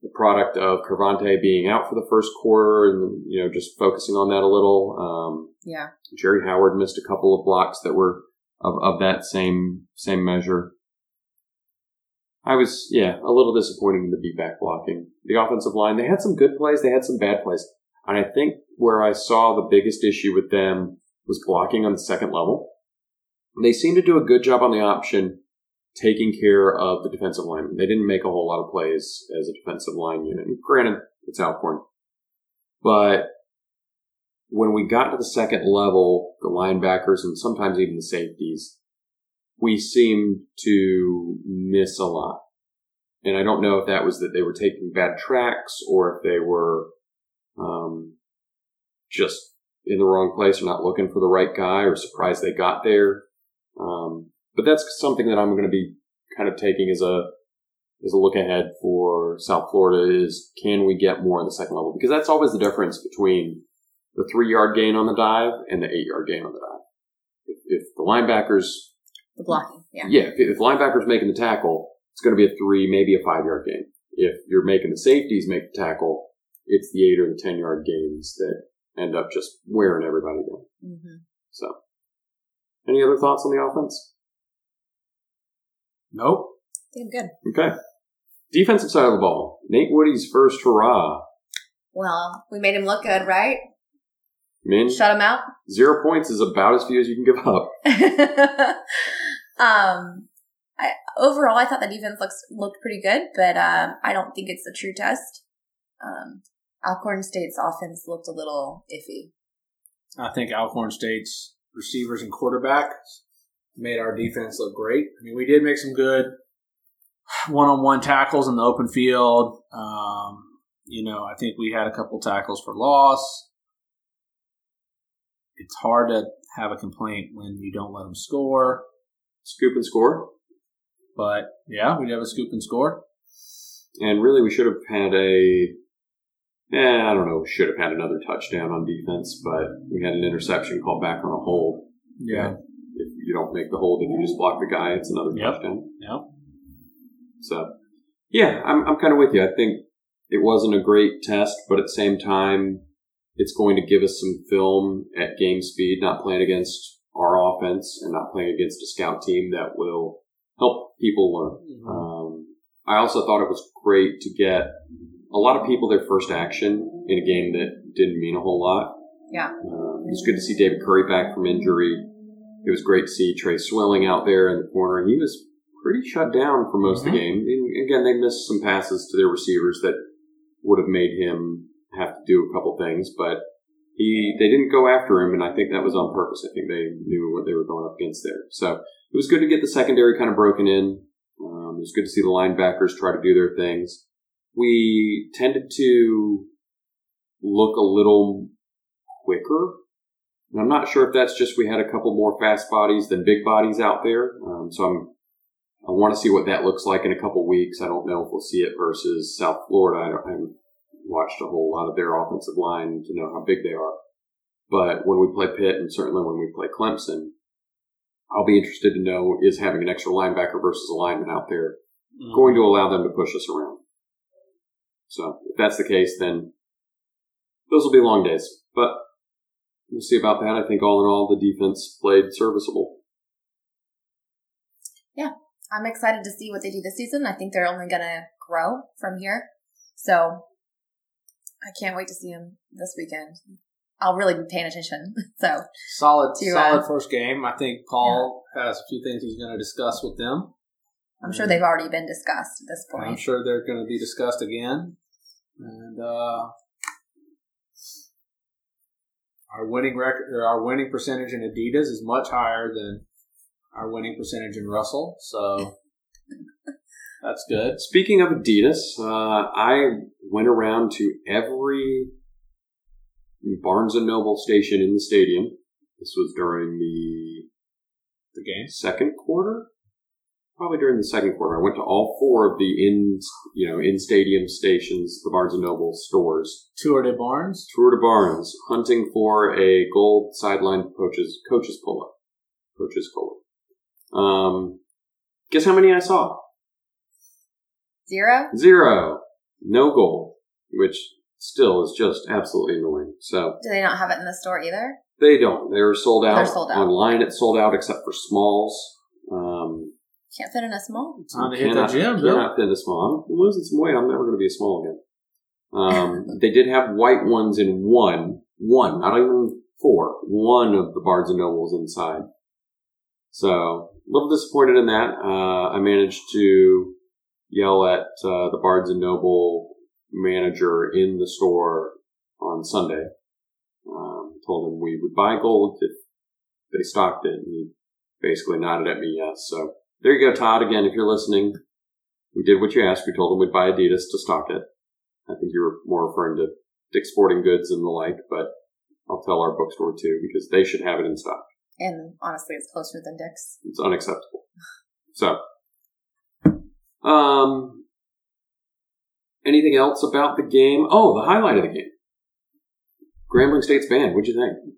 S1: the product of Cervante being out for the first quarter and you know just focusing on that a little. Um,
S3: Yeah.
S1: Jerry Howard missed a couple of blocks that were of, of that same same measure. I was yeah a little disappointed in the beat back blocking. The offensive line they had some good plays, they had some bad plays, and I think where I saw the biggest issue with them was blocking on the second level. They seemed to do a good job on the option, taking care of the defensive line. They didn't make a whole lot of plays as a defensive line unit. And granted, it's Alcorn, but when we got to the second level, the linebackers and sometimes even the safeties, we seemed to miss a lot. And I don't know if that was that they were taking bad tracks or if they were um, just in the wrong place or not looking for the right guy or surprised they got there. Um, but that's something that I'm going to be kind of taking as a as a look ahead for South Florida is can we get more on the second level because that's always the difference between the three yard gain on the dive and the eight yard gain on the dive. If, if the linebackers,
S3: The blocking. Yeah.
S1: yeah, if, if the linebackers making the tackle, it's going to be a three, maybe a five yard gain. If you're making the safeties make the tackle, it's the eight or the ten yard gains that end up just wearing everybody down.
S3: Mm-hmm.
S1: So, any other thoughts on the offense?
S2: Nope.
S3: Did good.
S1: Okay. Defensive side of the ball. Nate Woody's first hurrah.
S3: Well, we made him look good, right?
S1: Min,
S3: Shut him out.
S1: zero points is about as few as you can give up.
S3: um, I, overall, I thought the defense looks looked pretty good, but um, I don't think it's a true test. Um, Alcorn State's offense looked a little iffy.
S2: I think Alcorn State's receivers and quarterback made our defense look great. I mean, we did make some good one-on-one tackles in the open field. Um, you know, I think we had a couple tackles for loss. It's hard to have a complaint when you don't let them score,
S1: Scoop and score.
S2: but yeah, we did have a scoop and score.
S1: And really, we should have had a. Eh, I don't know. Should have had another touchdown on defense, but we had an interception called back on a hold.
S2: Yeah,
S1: If you don't make the hold, if you just block the guy, it's another
S2: Yep.
S1: touchdown.
S2: yeah.
S1: So, yeah, I'm, I'm kind of with you. I think it wasn't a great test, but at the same time, it's going to give us some film at game speed, not playing against our offense and not playing against a scout team that will help people learn. Um, I also thought it was great to get a lot of people their first action in a game that didn't mean a whole lot.
S3: Yeah.
S1: Um, it was good to see David Curry back from injury. It was great to see Trey Swilling out there in the corner. He was pretty shut down for most of the game. And again, they missed some passes to their receivers that would have made him have to do a couple things, but He they didn't go after him, and I think that was on purpose. I think they knew what they were going up against there. So it was good to get the secondary kind of broken in. Um, it was good to see the linebackers try to do their things. We tended to look a little quicker. And I'm not sure if that's just we had a couple more fast bodies than big bodies out there. Um, so I'm I want to see what that looks like in a couple weeks. I don't know if we'll see it versus South Florida. I, don't, I haven't watched a whole lot of their offensive line to know how big they are. But when we play Pitt and certainly when we play Clemson, I'll be interested to know is having an extra linebacker versus a lineman out there going to allow them to push us around. So if that's the case, then those will be long days. But we'll see about that. I think all in all, the defense played serviceable.
S3: I'm excited to see what they do this season. I think they're only going to grow from here. So I can't wait to see them this weekend. I'll really be paying attention. So
S2: Solid,
S3: To,
S2: solid
S3: uh,
S2: first game. I think Paul has a few things he's going to discuss with them.
S3: I'm sure they've already been discussed at this
S2: Oh, I'm
S3: point.
S2: sure they're going to be discussed again. And uh, our winning record, or our winning percentage in Adidas is much higher than our winning percentage in Russell. So that's good.
S1: Speaking of Adidas, uh, I went around to every Barnes and Noble station in the stadium. This was during the
S2: The game.
S1: second quarter, probably during the second quarter. I went to all four of the in you know in stadium stations, the Barnes and Noble stores,
S2: Tour de Barnes.
S1: Tour de Barnes, hunting for a gold sideline coaches coaches polo, coaches polo. Um, guess how many I saw?
S3: Zero?
S1: Zero. No gold, which still is just absolutely annoying. So
S3: Do they not have it in the store either?
S1: they don't. They were sold out.
S3: They're sold out.
S1: Online it's sold out except for smalls. Um,
S3: Can't fit in a small.
S2: Time to hit the gym, Bill.
S1: cannot fit a small. I'm losing some weight. I'm never going to be a small again. Um, they did have white ones in one, one, not even four, one of the Barnes and Nobles inside. So a little disappointed in that. Uh, I managed to yell at uh, the Barnes and Noble manager in the store on Sunday. Um, told him we would buy gold if they stocked it, and he basically nodded at me yes. So there you go, Todd. Again, if you're listening, we did what you asked. We told them we'd buy Adidas to stock it. I think you were more referring to Dick's Sporting Goods and the like, but I'll tell our bookstore too because they should have it in stock.
S3: And honestly, it's closer than Dick's.
S1: It's unacceptable. So, um, anything else about the game? Oh, the highlight of the game. Grambling State's band. What'd you think?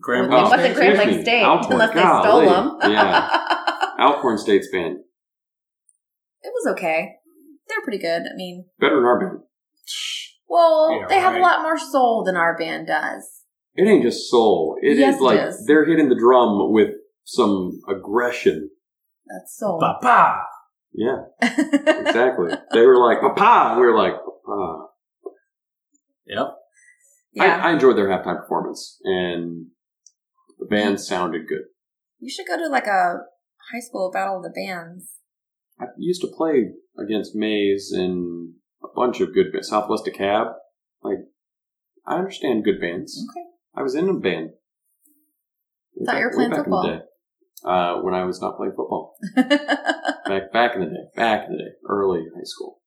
S2: Grand
S1: Oh,
S3: What's a
S1: excuse
S3: Grand Lake
S1: me.
S3: State?
S1: Outward.
S3: Unless they
S1: Golly.
S3: stole them.
S1: Yeah. Alcorn State's band.
S3: it was okay. They're pretty good. I mean,
S1: Better than our band.
S3: well,
S2: Yeah,
S3: they have
S2: right.
S3: a lot more soul than our band does.
S1: It ain't just soul. It is
S3: Yes, it
S1: like
S3: is.
S1: they're hitting the drum with some aggression.
S3: That's soul.
S2: Papa.
S1: Yeah, exactly. they were like, Papa! We were like, Papa.
S2: Yep.
S3: yeah.
S1: I, I enjoyed their halftime performance, and the band
S3: Mm-hmm.
S1: sounded good.
S3: you should go to like a high school battle of the bands.
S1: I used to play against Mays and a bunch of good bands. Southwest of Cab. Like, I understand good bands.
S3: Okay.
S1: I was in a band. Way
S3: Thought you were
S1: back- way
S3: playing
S1: back in the
S3: football.
S1: day, uh, when I was not playing football. back back in the day, back in the day, early high school.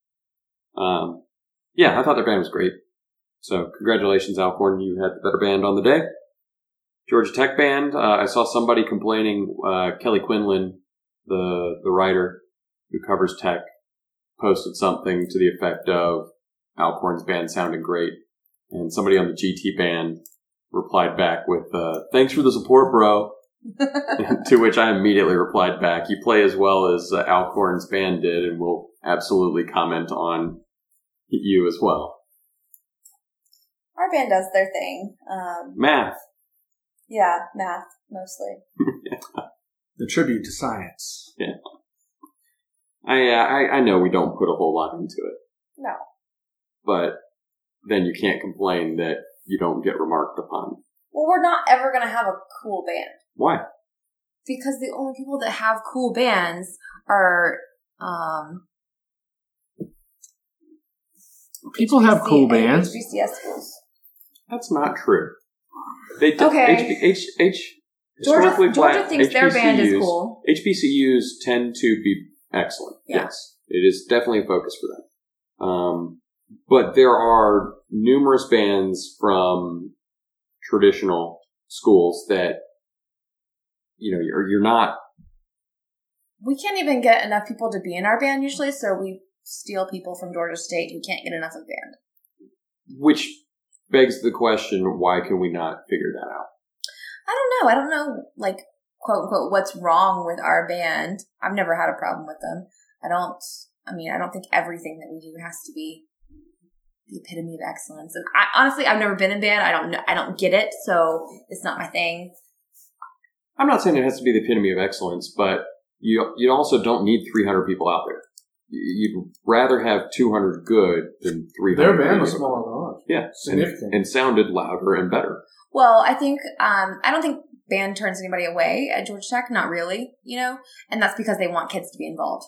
S1: Um, yeah, I thought their band was great. So congratulations, Alcorn, you had the better band on the day. Georgia Tech band. Uh, I saw somebody complaining. Uh, Kelly Quinlan, the the writer who covers Tech, posted something to the effect of Alcorn's band sounded great, and somebody on the GT band replied back with, uh, "Thanks for the support, bro." to which I immediately replied back, "You play as well as uh, Alcorn's band did, and we'll absolutely comment on you as well."
S3: Our band does their thing. Um,
S1: Math.
S3: yeah, math mostly.
S2: The tribute to science.
S1: I, uh, I I know we don't put a whole lot into it,
S3: No.
S1: but then you can't complain that you don't get remarked upon.
S3: Well, we're not ever going to have a cool band
S1: Why?
S3: because the only people that have cool bands are um,
S2: People have cool
S3: HBC
S2: bands.
S3: HBCS schools.
S1: That's not true. They did,
S3: Okay.
S1: H, H, H,
S3: Georgia,
S1: historically black
S3: Georgia thinks their band is
S1: HBCUs
S3: cool.
S1: HBCUs tend to be excellent.
S3: Yeah.
S1: Yes, it is definitely a focus for them. Um, but there are numerous bands from traditional schools that you know you're, you're not.
S3: We can't even get enough people to be in our band usually, so we steal people from Georgia State who can't get enough of band.
S1: Which begs the question: Why can we not figure that out?
S3: I don't know. I don't know, like, quote unquote, what's wrong with our band. I've never had a problem with them. I don't, I mean, I don't think everything that we do has to be the epitome of excellence. And I honestly, I've never been in band. I don't know. I don't get it. So it's not my thing.
S1: I'm not saying it has to be the epitome of excellence, but you you also don't need 300 people out there. You- You'd rather have 200 good than 300.
S4: Their band was
S1: mediocre.
S4: smaller than ours.
S1: Yeah, and,
S4: Significant.
S1: and sounded louder and better.
S3: Well, I think um, I don't think band turns anybody away at Georgia Tech. Not really, you know, and that's because they want kids to be involved.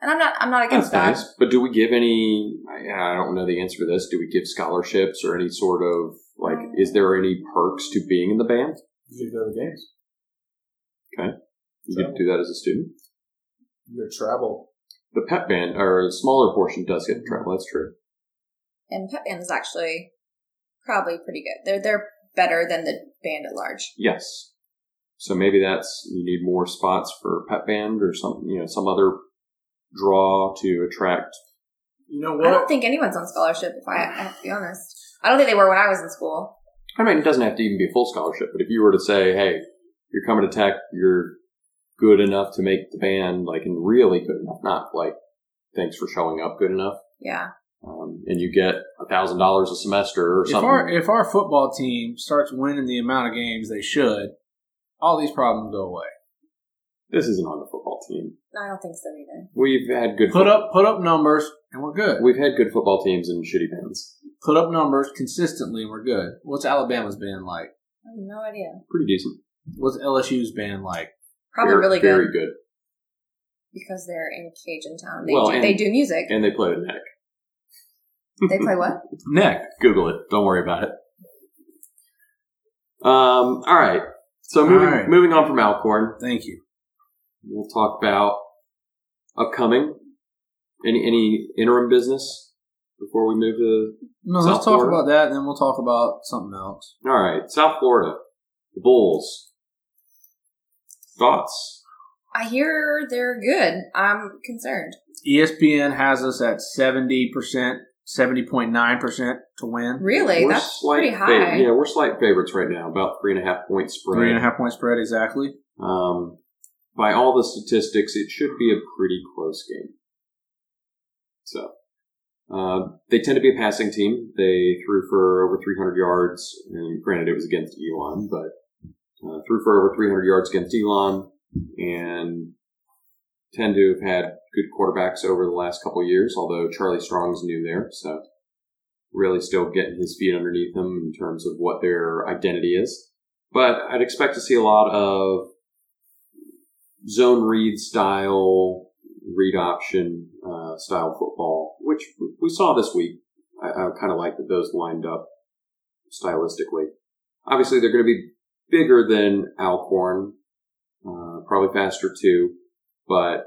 S3: And I'm not. I'm not
S1: That's
S3: against that.
S1: nice. But do we give any? I I don't know the answer to this. Do we give scholarships or any sort of like? Is there any perks to being in the band?
S4: You go to games.
S1: You can do that as a student.
S4: You go travel.
S1: The pep band or a smaller portion does get travel. That's true.
S3: And pep band is actually probably pretty good. They're they're better than the band at large.
S1: Yes. So maybe that's you need more spots for pep band or some you know some other draw to attract.
S4: You know
S3: I don't
S4: what?
S3: think anyone's on scholarship. If I, I have to be honest, I don't think they were when I was in school.
S1: I mean, it doesn't have to even be a full scholarship, but if you were to say, "Hey, you're coming to tech, you're good enough to make the band," like and really good enough, not like thanks for showing up, good enough.
S3: Yeah,
S1: um, and you get a thousand dollars a semester or
S2: If
S1: something.
S2: our if our football team starts winning the amount of games they should, all these problems go away.
S1: this isn't on the football team.
S3: I don't think so either.
S1: We've had good
S2: Put up put up numbers and we're good.
S1: We've had good football teams and shitty bands.
S2: Put up numbers consistently and we're good. What's Alabama's band like?
S3: I have no idea.
S1: Pretty decent.
S2: What's LSU's band like?
S3: Probably
S1: Very-
S3: really good
S1: very good.
S3: because they're in Cajun town. They
S1: Well,
S3: do,
S1: and-
S3: they do music.
S1: And they play the neck.
S3: they play what?
S2: Neck.
S1: Google it. Don't worry about it. Um. All right. So
S2: All
S1: moving
S2: right.
S1: moving on from Alcorn,
S2: Thank you.
S1: we'll talk about upcoming. Any any interim business before we move to
S2: No,
S1: South
S2: let's talk
S1: Florida.
S2: about that and then we'll talk about something else.
S1: All right, South Florida, the Bulls. Thoughts?
S3: I hear they're good. I'm concerned.
S2: E ESPN has us at seventy percent, seventy point nine percent to win.
S3: Really,
S1: We're
S3: that's
S1: slight
S3: pretty
S1: fa-
S3: high.
S1: yeah, we're slight favorites right now, about three and a half point spread.
S2: Three and a half point spread exactly.
S1: Um, by all the statistics, it should be a pretty close game. So, uh, they tend to be a passing team. They threw for over 300 yards, and granted, it was against Elon, but uh, threw for over 300 yards against Elon, and tend to have had good quarterbacks over the last couple of years. Although Charlie Strong's new there, so really still getting his feet underneath him in terms of what their identity is. But I'd expect to see a lot of zone read style, read option uh, style football, which we saw this week. I, I kind of like that those lined up stylistically. Obviously, they're going to be bigger than Alcorn, uh, probably faster too, but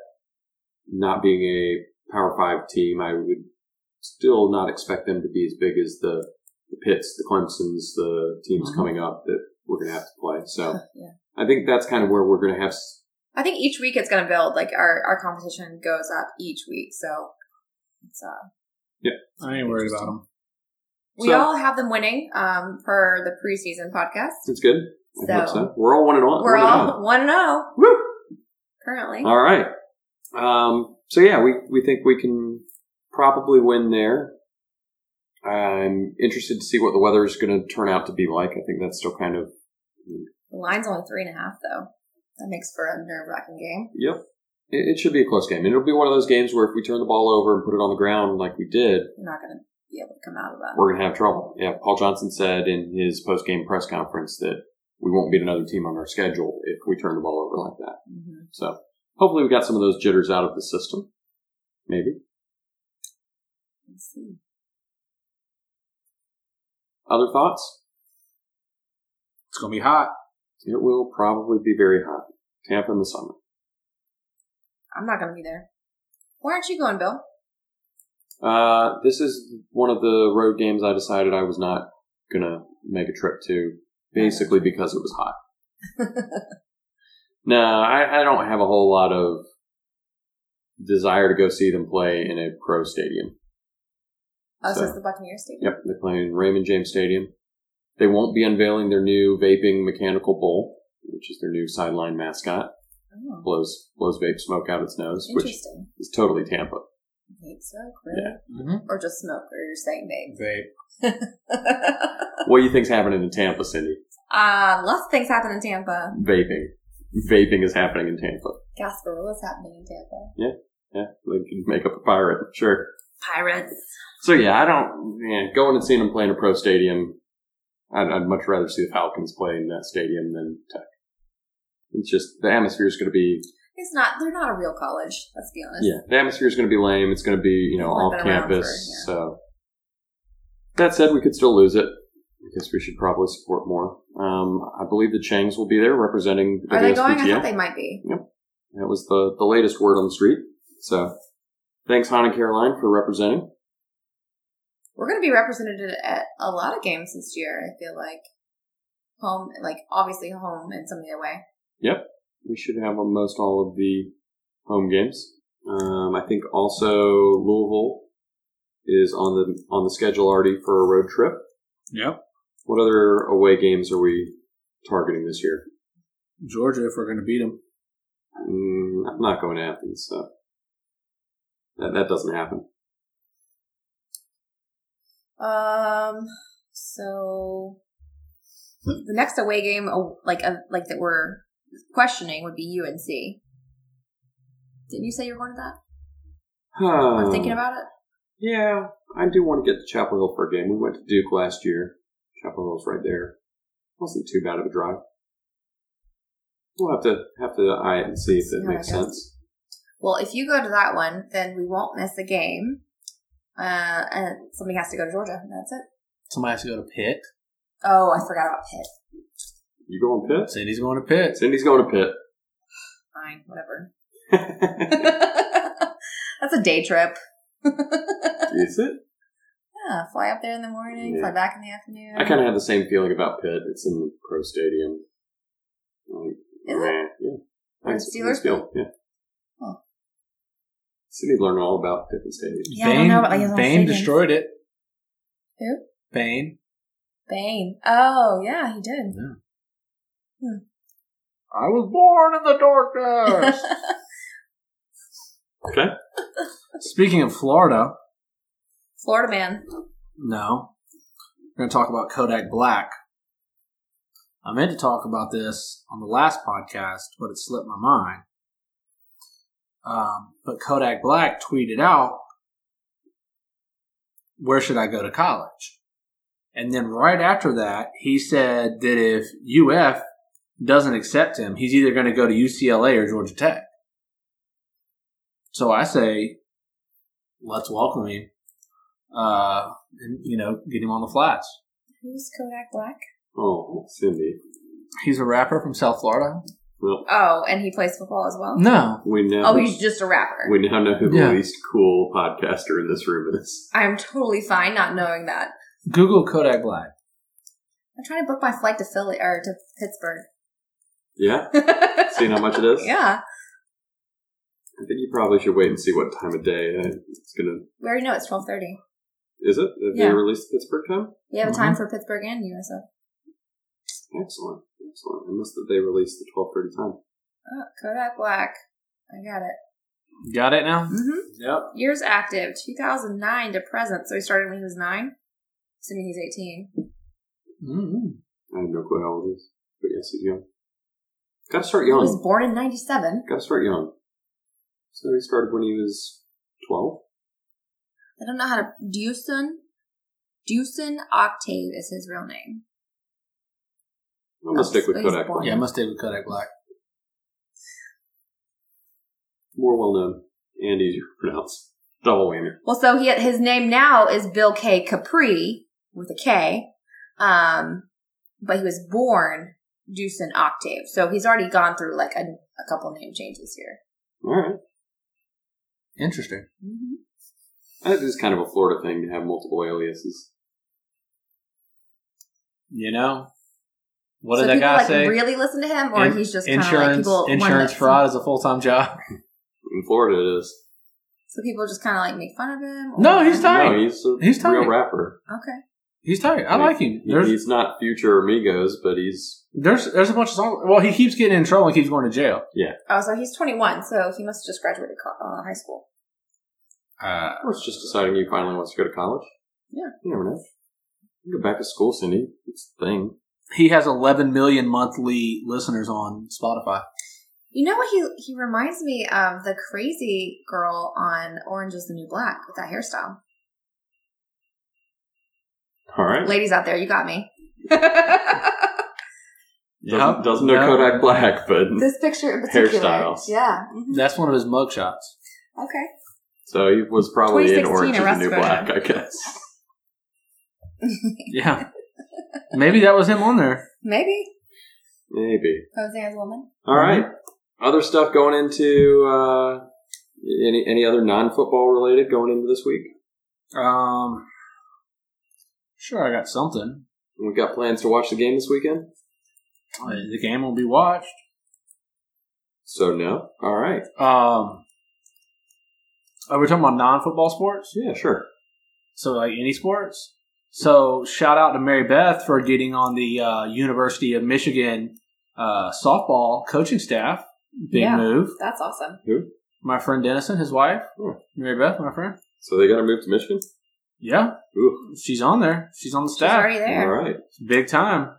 S1: not being a Power 5 team, I would still not expect them to be as big as the, the Pitts, the Clemsons, the teams
S2: Mhm.
S1: coming up that we're going to have to play. So
S3: Yeah.
S1: I think that's kind of where we're going to have s-
S3: I think each week it's going to build. Like our our competition goes up each week, so it's uh,
S2: I ain't worried about them.
S3: we
S1: So-
S3: all have them winning um for the preseason podcast.
S1: It's good. I
S3: So,
S1: hope so. We're all one and one.
S3: We're
S1: one and
S3: all one and zero
S1: Woo!
S3: currently.
S1: All right. Um, so yeah, we, we think we can probably win there. I'm interested to see what the weather is going to turn out to be like. I think that's still kind of
S3: The line's only three and a half, though. That makes for a nerve wracking game.
S1: yep. It, it should be a close game, and it'll be one of those games where if we turn the ball over and put it on the ground like we did,
S3: We're not going to be able to come out of that.
S1: we're going to have trouble. Yeah, Paul Johnson said in his post game press conference that we won't beat another team on our schedule if we turn the ball over like that.
S3: Mhm.
S1: So hopefully we got some of those jitters out of the system. Maybe.
S3: Let's see.
S1: Other thoughts?
S2: It's gonna be hot.
S1: It will probably be very hot. Tampa in the summer.
S3: I'm not going to be there. Why aren't you going, Bill?
S1: Uh, this is one of the road games I decided I was not gonna make a trip to, basically because it was hot. no, I, I don't have a whole lot of desire to go see them play in a pro stadium.
S3: Oh, so,
S1: So-
S3: it's the Buccaneers team.
S1: Yep, they're playing in Raymond James Stadium. They won't be unveiling their new vaping mechanical bull, which is their new sideline mascot.
S3: Oh,
S1: Blows blows vape smoke out its nose, which
S3: interesting.
S1: is totally Tampa.
S3: Vape smoke, really?
S2: Mm-hmm.
S3: Or just smoke, or you're saying vape.
S2: Vape.
S1: What do you think's happening in Tampa, Cindy?
S3: uh, lots of things happen in Tampa.
S1: Vaping. Vaping is happening in Tampa.
S3: Gasparilla's happening in Tampa.
S1: Yeah, they can make up a pirate, sure.
S3: Pirates.
S1: So yeah, I don't yeah, going and seeing them play in a pro stadium. I'd, I'd much rather see the Falcons play in that stadium than Tech. It's just the atmosphere is going to be
S3: It's not, they're not a real college, let's be honest.
S1: yeah, the atmosphere is going to be lame. It's going to be you know
S3: Only
S1: off
S3: been around
S1: campus.
S3: for-
S1: So that said, we could still lose it. I guess we should probably support more. Um, I believe the Changs will be there representing the
S3: Are they going? I
S1: WSPTF.
S3: thought they might be.
S1: That was the, the latest word on the street. So thanks, Hannah Caroline, for representing.
S3: We're going to be represented at a lot of games this year, I feel like. Home, like obviously home and some of the away.
S1: we should have on most all of the home games. Um, I think also Louisville is on the on the schedule already for a road trip.
S2: Yep.
S1: What other away games are we targeting this year?
S2: Georgia, if we're gonna beat them.
S1: Mm, I'm not going to Athens, so that that doesn't happen.
S3: Um. So the next away game, oh, like uh, like that we're questioning, would be UNC. Didn't you say you were going to that?
S1: Huh.
S3: I'm thinking
S1: Um,
S3: about it.
S1: Yeah, I do want to get to Chapel Hill for a game. We went to Duke last year. Chapel Hill's right there. Wasn't too bad of a drive. We'll have to have to eye it and see if
S3: See
S1: that
S3: how
S1: makes
S3: that goes.
S1: sense.
S3: Well, if you go to that one, then we won't miss a game. Uh, and somebody has to go to Georgia. That's it.
S2: Somebody has to go to Pitt.
S3: Oh, I forgot about Pitt.
S1: You going Pitt?
S2: Cindy's going to Pitt.
S1: Cindy's going to Pitt.
S3: Fine, whatever.
S1: Is
S3: That's a day trip.
S1: it?
S3: Yeah, fly up there in the morning, fly back in the afternoon.
S1: I kind of have the same feeling about Pitt. It's in the pro stadium. Like,
S3: Is it?
S1: meh, Yeah.
S3: Or
S1: Nice-
S3: Steelers
S1: nice field, Yeah.
S3: Huh.
S1: Cindy learned all about Pitt and Stadium.
S3: Yeah, I don't know about, like, his own
S2: Bane
S3: stadiums.
S2: destroyed it.
S3: Who?
S2: Bane.
S3: Bane. Oh, yeah, he did.
S2: I was born in the darkness.
S1: Okay.
S2: Speaking of Florida,
S3: Florida man.
S2: no, we're going to talk about Kodak Black. I meant to talk about this on the last podcast, but it slipped my mind. Um, but Kodak Black tweeted out, "Where should I go to college?" And then right after that, he said that if UF doesn't accept him, he's either going to go to UCLA or Georgia Tech. So I say, let's welcome him, uh, and you know, get him on the flats.
S3: Who's Kodak Black?
S1: Oh, Cindy.
S2: He's a rapper from South Florida.
S1: Well,
S3: Oh, and he plays football as well.
S2: No,
S1: we now,
S3: Oh, he's just a rapper.
S1: we now know who the
S2: Yeah.
S1: least cool podcaster in this room is.
S3: I'm totally fine not knowing that.
S2: Google Kodak Black.
S3: I'm trying to book my flight to Philly or to Pittsburgh.
S1: Yeah? Seeing how much it is?
S3: yeah,
S1: I think you probably should wait and see what time of day uh, it's going to.
S3: we already know it's 12:30.
S1: Is it? Have
S3: Yeah.
S1: they released Pittsburgh time?
S3: We have a time for Pittsburgh and USF.
S1: Excellent, excellent. I missed that they released the twelve thirty time.
S3: Oh, Kodak Black. I got it.
S2: Got it now.
S3: Mm-hmm.
S2: Yep.
S3: Years active, 2009 to present. So he started when he was nine. Assuming he's 18.
S2: mm
S1: I have no clue how old he is, but yes, he's young. Got to start
S3: He was
S1: young.
S3: born in 97.
S1: Got to start young. So he started when he was twelve.
S3: I don't know how to. Dewson. Dewson Octave is his real name.
S1: I'm gonna stick with
S3: Oh, He's
S1: Kodak.
S3: born.
S2: Yeah, I must stay with Kodak Black.
S1: More well known and easier to pronounce. Double whammy.
S3: Well, so he his name now is Bill K. Capri with a K. Um, but he was born Deuce and Octave. So he's already gone through like a, a couple name changes here.
S1: All right.
S2: Interesting.
S1: That is kind of a Florida thing to have multiple aliases.
S2: You know, what
S3: so
S2: did that
S3: people
S2: guy
S3: like
S2: say?
S3: really listen to him, or
S2: In-
S3: he's just kind of like
S2: insurance
S3: people. wanna
S2: insurance
S3: listen-
S2: fraud is a full time job.
S1: In Florida, it is.
S3: So people just kind of like make fun of him. or-
S2: No, he's not.
S1: No,
S2: Tiny.
S1: he's a
S2: He's tiny.
S1: real rapper.
S3: Okay.
S2: He's tired. I like him.
S1: He-
S2: There's
S1: he's not future Amigos, but he's
S2: there's there's a bunch of songs. Well, he keeps getting in trouble and keeps going to jail.
S3: Oh, so he's 21, so he must have just graduated co- uh, high school.
S2: Uh,
S1: well, it's just deciding he finally wants to go to college.
S3: Yeah.
S1: You never know. You go back to school, Cindy. It's a thing.
S2: he has 11 million monthly listeners on Spotify.
S3: You know what he he reminds me of the crazy girl on Orange Is the New Black with that hairstyle.
S1: All right.
S3: Ladies out there, you got me.
S1: Doesn't, doesn't know
S2: Yep.
S1: Kodak Black, but
S3: this picture in particular.
S1: Hairstyles.
S3: Yeah. Mhm.
S2: That's one of his mug shots.
S3: Okay.
S1: so he was probably in
S3: 2016
S1: Orange is the New Black,
S3: Arrested
S1: I guess.
S2: Yeah, maybe that was him on there.
S3: Maybe
S1: Maybe.
S3: Hosea's woman.
S1: All right. Other stuff going into uh, any any other non football related going into this week.
S2: Um, sure, I got something.
S1: We got plans to watch the game this weekend.
S2: Uh, The game will be watched.
S1: So no. All right.
S2: Um, are we talking about non-football sports?
S1: Yeah, sure.
S2: So, like any sports. So, shout out to Mary Beth for getting on the uh, University of Michigan uh, softball coaching staff. Big
S3: Yeah.
S2: move.
S3: That's awesome.
S2: My friend Dennison, his wife,
S1: Hmm.
S2: Mary Beth, my friend.
S1: So they got to move to Michigan.
S2: Yeah,
S1: Ooh,
S2: she's on there. She's on the
S3: She's
S2: staff.
S3: already
S1: all
S3: there.
S1: right.
S2: Big time.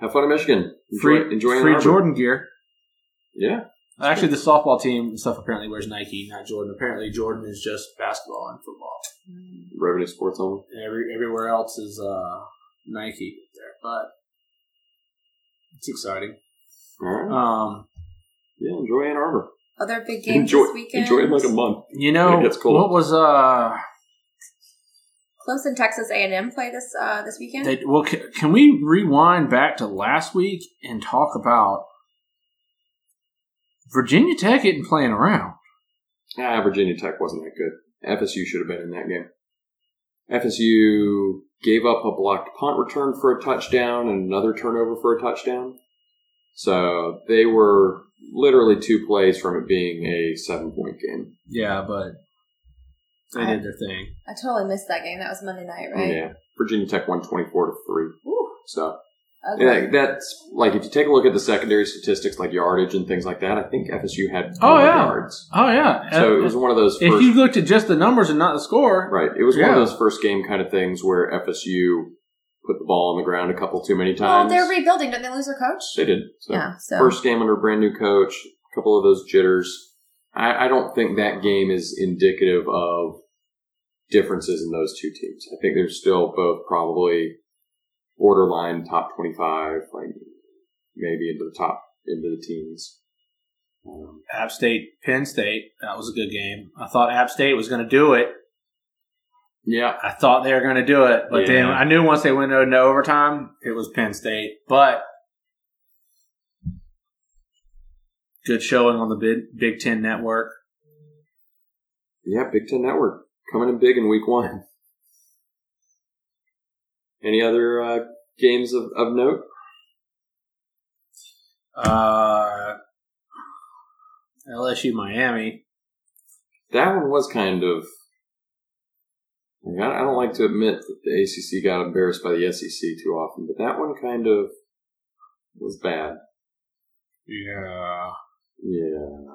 S1: Have fun in Michigan. Enjoy,
S2: free
S1: enjoying Ann
S2: free
S1: Arbor.
S2: Jordan gear.
S1: Yeah.
S2: Actually, the softball team and stuff apparently wears Nike, not Jordan. Apparently, Jordan is just basketball and football.
S3: Mm.
S1: Revenue sports only.
S2: Every everywhere else is uh, Nike there, but it's exciting.
S1: All right.
S2: Um,
S1: yeah. Enjoy Ann Arbor.
S3: Other big games
S1: enjoy.
S3: this weekend.
S1: Enjoy it like a month.
S2: you know
S1: It gets cold.
S2: what was uh?
S3: Clemson, Texas A and M play this uh, this weekend.
S2: They, well, can, can we rewind back to last week and talk about Virginia Tech isn't playing around?
S1: Ah, Virginia Tech wasn't that good. FSU should have been in that game. FSU gave up a blocked punt return for a touchdown and another turnover for a touchdown. So they were literally two plays from it being a seven point game.
S2: Yeah, but they did their thing.
S3: I totally missed that game. That was Monday night, right?
S1: Yeah. Virginia Tech won 24 to 3.
S3: Ooh,
S1: So
S2: Uh-huh.
S3: okay.
S1: yeah, that's like if you take a look at the secondary statistics like yardage and things like that, I think FSU had
S2: Oh,
S1: more
S2: yeah.
S1: yards.
S2: Oh yeah.
S1: So it was one of those
S2: if
S1: first
S2: you looked at just the numbers and not the score,
S1: Right. It was one
S2: Yeah.
S1: of those first game kind of things where FSU put the ball on the ground a couple too many
S3: Well,
S1: times.
S3: they're rebuilding. Didn't they lose their coach?
S1: they did. So.
S3: yeah. So
S1: First game under a brand new coach, a couple of those jitters. I, I don't think that game is indicative of differences in those two teams. I think they're still both probably borderline top 25, like maybe into the top, into the teens. Um,
S2: App State, Penn State, that was a good game. I thought App State was going to do it.
S1: yeah.
S2: I thought they were going to do it, but then
S1: Yeah.
S2: I knew once they went into overtime, it was Penn State. But good showing on the Big, Big Ten Network.
S1: Yeah, Big Ten Network coming in big in week one. Any other uh, games of, of note?
S2: Uh, LSU, Miami.
S1: That one was kind of. I mean, I I don't like to admit that the ACC got embarrassed by the SEC too often, but that one kind of was bad.
S2: Yeah.
S1: Yeah,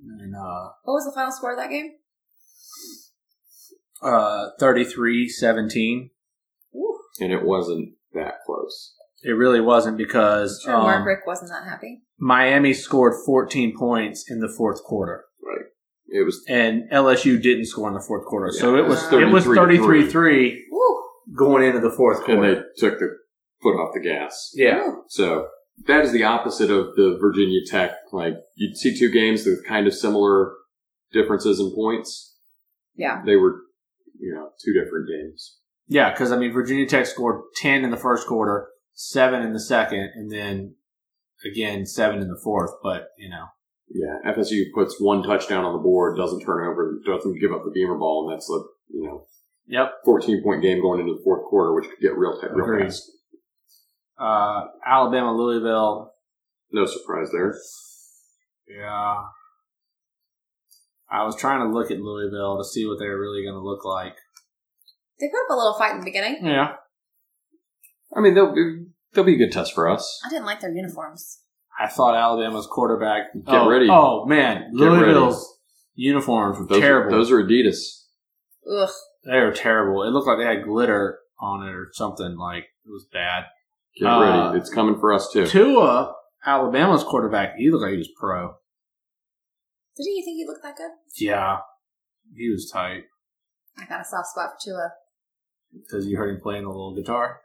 S2: And uh,
S3: what was the final score of that game?
S2: uh, 33-17.
S3: Ooh,
S1: and it wasn't that close.
S2: It really wasn't because
S3: sure,
S2: um,
S3: Mark Rick wasn't that happy.
S2: Miami scored 14 points in the fourth quarter,
S1: It was
S2: and LSU didn't score in the fourth quarter. so
S1: Yeah,
S2: it
S1: it
S2: was
S3: was
S2: it was
S1: 33
S2: 33 3
S3: Ooh,
S2: going into the fourth
S1: and they
S2: quarter.
S1: took the foot off the gas.
S2: yeah.
S3: Ooh.
S1: So that is the opposite of the Virginia Tech. Like you'd see two games with kind of similar differences in points.
S3: Yeah.
S1: They were, you know, two different games.
S2: Yeah, because I mean, Virginia Tech scored ten in the first quarter, seven in the second, and then again seven in the fourth. But you know,
S1: Yeah, FSU puts one touchdown on the board, doesn't turn over, doesn't give up the Beamer ball, and that's a you know
S2: yep.
S1: fourteen point game going into the fourth quarter, which could get real tight, real
S2: Agreed.
S1: fast.
S2: Uh, Alabama, Louisville.
S1: No surprise there.
S2: Yeah, I was trying to look at Louisville to see what they were really going to look like.
S3: They put up a little fight in the beginning.
S2: Yeah,
S1: I mean, they'll be, they'll be a good test for us.
S3: I didn't like their uniforms.
S2: I thought Alabama's quarterback.
S1: Get
S2: oh,
S1: ready.
S2: Oh man,
S1: Get ready.
S2: Louisville's uniforms were
S1: Those,
S2: terrible.
S1: those are Adidas.
S3: Ugh.
S2: they were terrible. It looked like they had glitter on it or something. Like it was bad.
S1: Get
S2: Uh,
S1: ready, it's coming for us too.
S2: Tua, Alabama's quarterback, he looked like he was pro.
S3: Didn't you think he looked that good?
S2: Yeah, he was tight
S3: I got a soft spot for Tua.
S2: because you heard him playing the little guitar.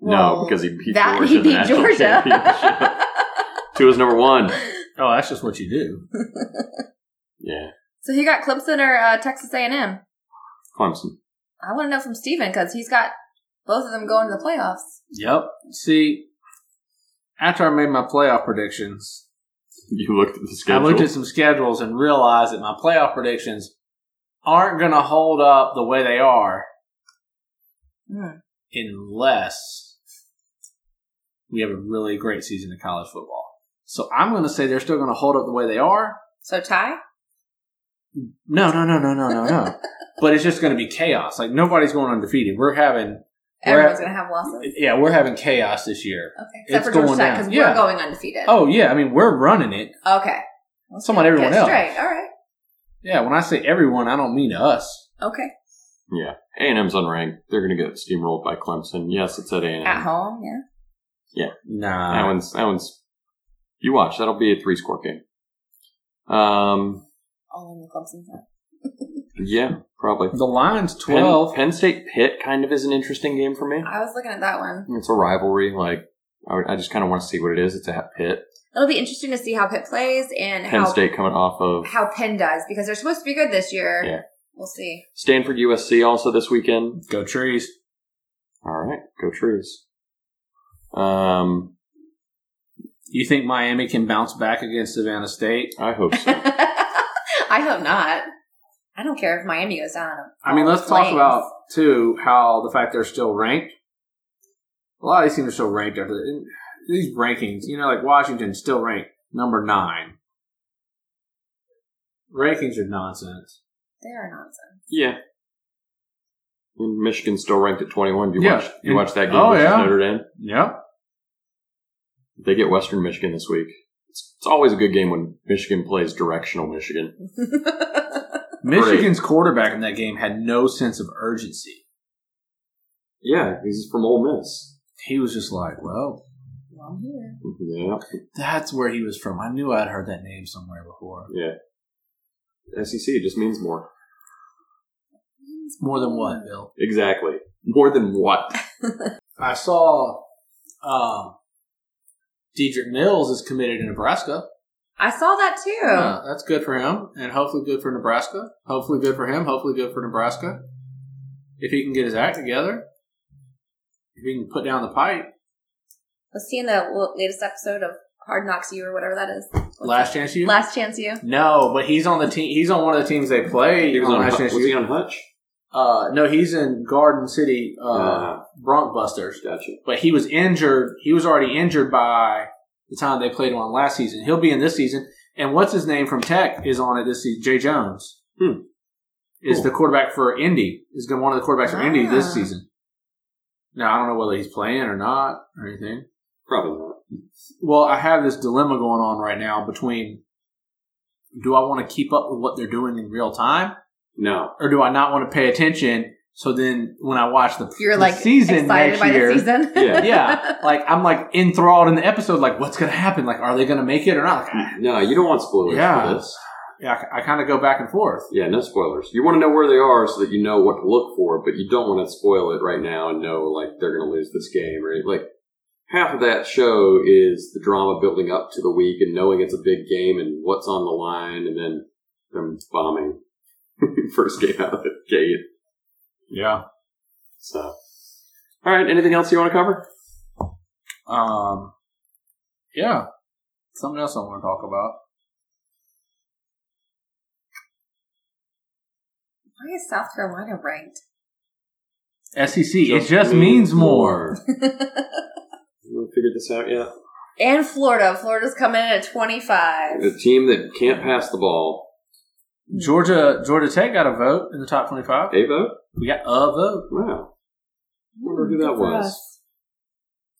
S1: No,
S3: Well,
S1: because he beat
S3: that
S1: Georgia.
S3: he
S1: in the
S3: beat
S1: national championship.
S3: Georgia.
S1: Two is number one.
S2: Oh, that's just what you do.
S1: Yeah,
S3: so he got Clemson or uh, Texas A&M.
S1: Clemson.
S3: I want to know from Steven because he's got both of them going to the playoffs.
S2: Yep. See, after I made my playoff predictions,
S1: You looked at the schedule.
S2: I looked at some schedules and realized that my playoff predictions aren't going to hold up the way they are
S3: Hmm.
S2: unless we have a really great season of college football. So I'm going to say they're still going to hold up the way they are.
S3: So Ty,
S2: No, no, no, no, no, no, no. but it's just going to be chaos. Like nobody's going undefeated. We're having
S3: everyone's going to have losses.
S2: Yeah, we're having chaos this year.
S3: Okay, except
S2: it's
S3: for Georgia
S2: going
S3: Tech
S2: down.
S3: because
S2: Yeah.
S3: we're going undefeated.
S2: Oh yeah, I mean we're running it.
S3: okay. Let's
S2: It's about everyone
S3: get
S2: else.
S3: straight. All right.
S2: Yeah, when I say everyone, I don't mean us.
S3: Okay.
S1: yeah, A and M's unranked. They're going to get steamrolled by Clemson. Yes, it's at A and
S3: At
S1: M.
S3: home, yeah.
S1: That
S2: Nah.
S1: one's that one's. You watch. That'll be a three score game. Um.
S3: All on the Clemson side.
S1: Yeah, probably.
S2: The line's
S1: Penn-
S2: twelve.
S1: Penn, State Pitt kind of is an interesting game for me.
S3: I was looking at that one.
S1: It's a rivalry. Like I, I just kind of want to see what it is. It's at Pitt.
S3: It'll be interesting to see how Pitt plays and
S1: Penn
S3: how
S1: State coming off of
S3: how Penn does because they're supposed to be good this year.
S1: Yeah.
S3: We'll see.
S1: Stanford USC also this weekend.
S2: Go trees.
S1: All right, go Trues. Um,
S2: You think Miami can bounce back against Savannah State?
S1: I hope so.
S3: I hope not. I don't care if Miami goes down.
S2: I mean,
S3: All
S2: let's
S3: the
S2: talk
S3: flames.
S2: about too how the fact they're still ranked. A lot of these teams are still ranked after the, these rankings. You know, like Washington's still ranked number nine. Rankings are nonsense.
S3: They are nonsense.
S1: yeah. And Michigan's still ranked at 21. Do you
S2: Yeah.
S1: watch? You watch that game
S2: Oh,
S1: versus
S2: yeah.
S1: Notre Dame?
S2: Yep.
S1: They get Western Michigan this week. It's, it's always a good game when Michigan plays directional Michigan.
S2: Michigan's quarterback in that game had no sense of urgency.
S1: Yeah, he's from Ole Miss.
S2: He was just like, well,
S3: well, I'm here.
S1: Yeah,
S2: That's where he was from. I knew I'd heard that name somewhere before.
S1: yeah. SEC E just means more.
S2: More than what, Bill?
S1: Exactly. More than what?
S2: I saw um, Dedrick Mills is committed to Nebraska.
S3: I saw that too.
S2: Yeah, that's good for him, and hopefully good for Nebraska. Hopefully good for him. Hopefully good for Nebraska. If he can get his act together, if he can put down the pipe,
S3: Was seeing the l- latest episode of Hard Knocks U or whatever that is. What's
S2: last chance
S3: that?
S2: you.
S3: Last Chance U. no,
S2: no, but he's on the team. He's on one of the teams they play.
S1: He was on.
S2: Last
S1: Hutch.
S2: Chance
S1: Was
S2: U.
S1: he on Hutch?
S2: Uh, no, he's in Garden City uh,
S1: Ah.
S2: Bronc Busters.
S1: Gotcha.
S2: but he was injured. He was already injured by the time they played him on last season. He'll be in this season. And what's his name from Tech is on it this season. Jay Jones
S1: Hmm.
S2: is
S1: Cool.
S2: the quarterback for Indy. Is gonna- one of the quarterbacks for Indy
S3: Ah.
S2: this season. Now I don't know whether he's playing or not or anything.
S1: Probably not.
S2: Well, I have this dilemma going on right now between do I want to keep up with what they're doing in real time
S1: No.
S2: or do I not want to pay attention? So then when I watch the,
S3: You're
S2: the
S3: like
S2: season
S3: excited
S2: next
S3: by
S2: year,
S3: the season.
S1: Yeah.
S2: yeah, like I'm like enthralled in the episode. Like, what's gonna happen? Like, are they gonna make it or not? Like, I-
S1: No, you don't want spoilers
S2: Yeah.
S1: for this.
S2: yeah, I, kind of go back and forth.
S1: Yeah, no spoilers. You want to know where they are so that you know what to look for, but you don't want to spoil it right now and know like they're going to lose this game or like half of that show is the drama building up to the week and knowing it's a big game and what's on the line and then them bombing first game out of the gate.
S2: Yeah,
S1: So All right. Anything else you want to cover?
S2: Um, yeah, something else I want to talk about.
S3: Why is South Carolina ranked?
S2: SEC.
S1: Just
S2: E it just
S1: means
S2: means more.
S1: We haven't figured this out yet.
S3: And Florida. Florida's coming in at 25.
S1: A team that can't pass the ball.
S2: Georgia Georgia Tech got a vote in the top twenty-five.
S1: A vote?
S2: We got a vote.
S1: Wow. wonder who
S3: Hmm,
S1: that
S3: good for
S1: was.
S3: us.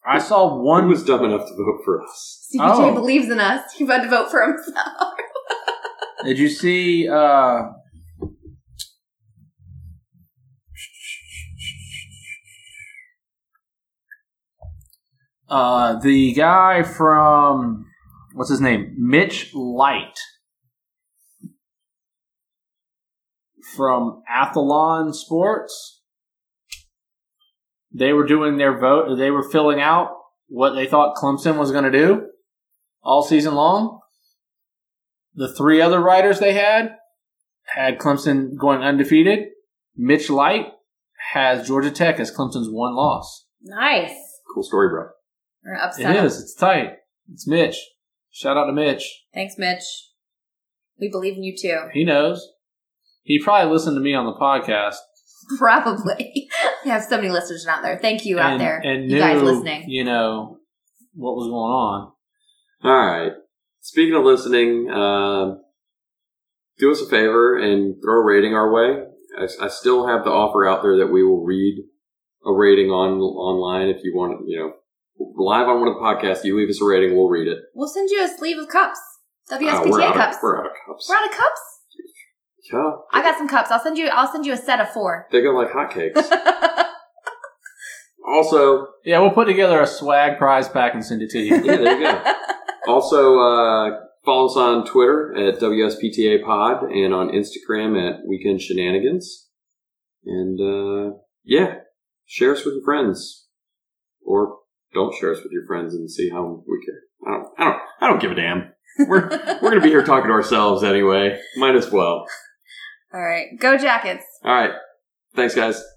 S2: I saw
S1: One
S2: one.
S1: was dumb enough to vote for us.
S3: CPJ
S2: Oh.
S3: believes in us. He had to vote for himself.
S2: Did you see? uh Uh, the guy from what's his name? Mitch Light from Athlon Sports. They were doing their vote. They were filling out what they thought Clemson was going to do all season long. The three other writers they had had Clemson going undefeated. Mitch Light has Georgia Tech as Clemson's one loss.
S3: Nice.
S1: Cool story, bro.
S3: We're
S2: It
S3: upset.
S2: is. It's tight. It's Mitch. Shout out to Mitch.
S3: Thanks, Mitch. We believe in you too.
S2: He knows. He probably listened to me on the podcast.
S3: Probably. we have so many listeners out there. Thank you out
S2: and,
S3: there.
S2: And
S3: you
S2: knew,
S3: guys listening.
S2: You know what was going on.
S1: All right. Speaking of listening, um do us a favor and throw a rating our way. I, I still have the offer out there that we will read a rating on online if you want. You know, live on one of the podcasts, you leave us a rating, we'll read it.
S3: We'll send you a sleeve of cups.
S1: Uh,
S3: WSPTA
S1: we're, out
S3: cups.
S1: of, we're out of cups.
S3: We're out of cups.
S1: Yeah,
S3: I got some cups. I'll send you. I'll send you a set of four.
S1: they go like hotcakes. also,
S2: Yeah, we'll put together a swag prize pack and send it to you.
S1: yeah, there you go. Also, uh, follow us on Twitter at WSPTA Pod and on Instagram at Weekend Shenanigans. And uh, yeah, share us with your friends, or don't share us with your friends and see how we care. I don't, I don't, I don't give a damn. We're we're gonna be here talking to ourselves anyway. Might as well.
S3: All right, go Jackets.
S1: All right, thanks, guys.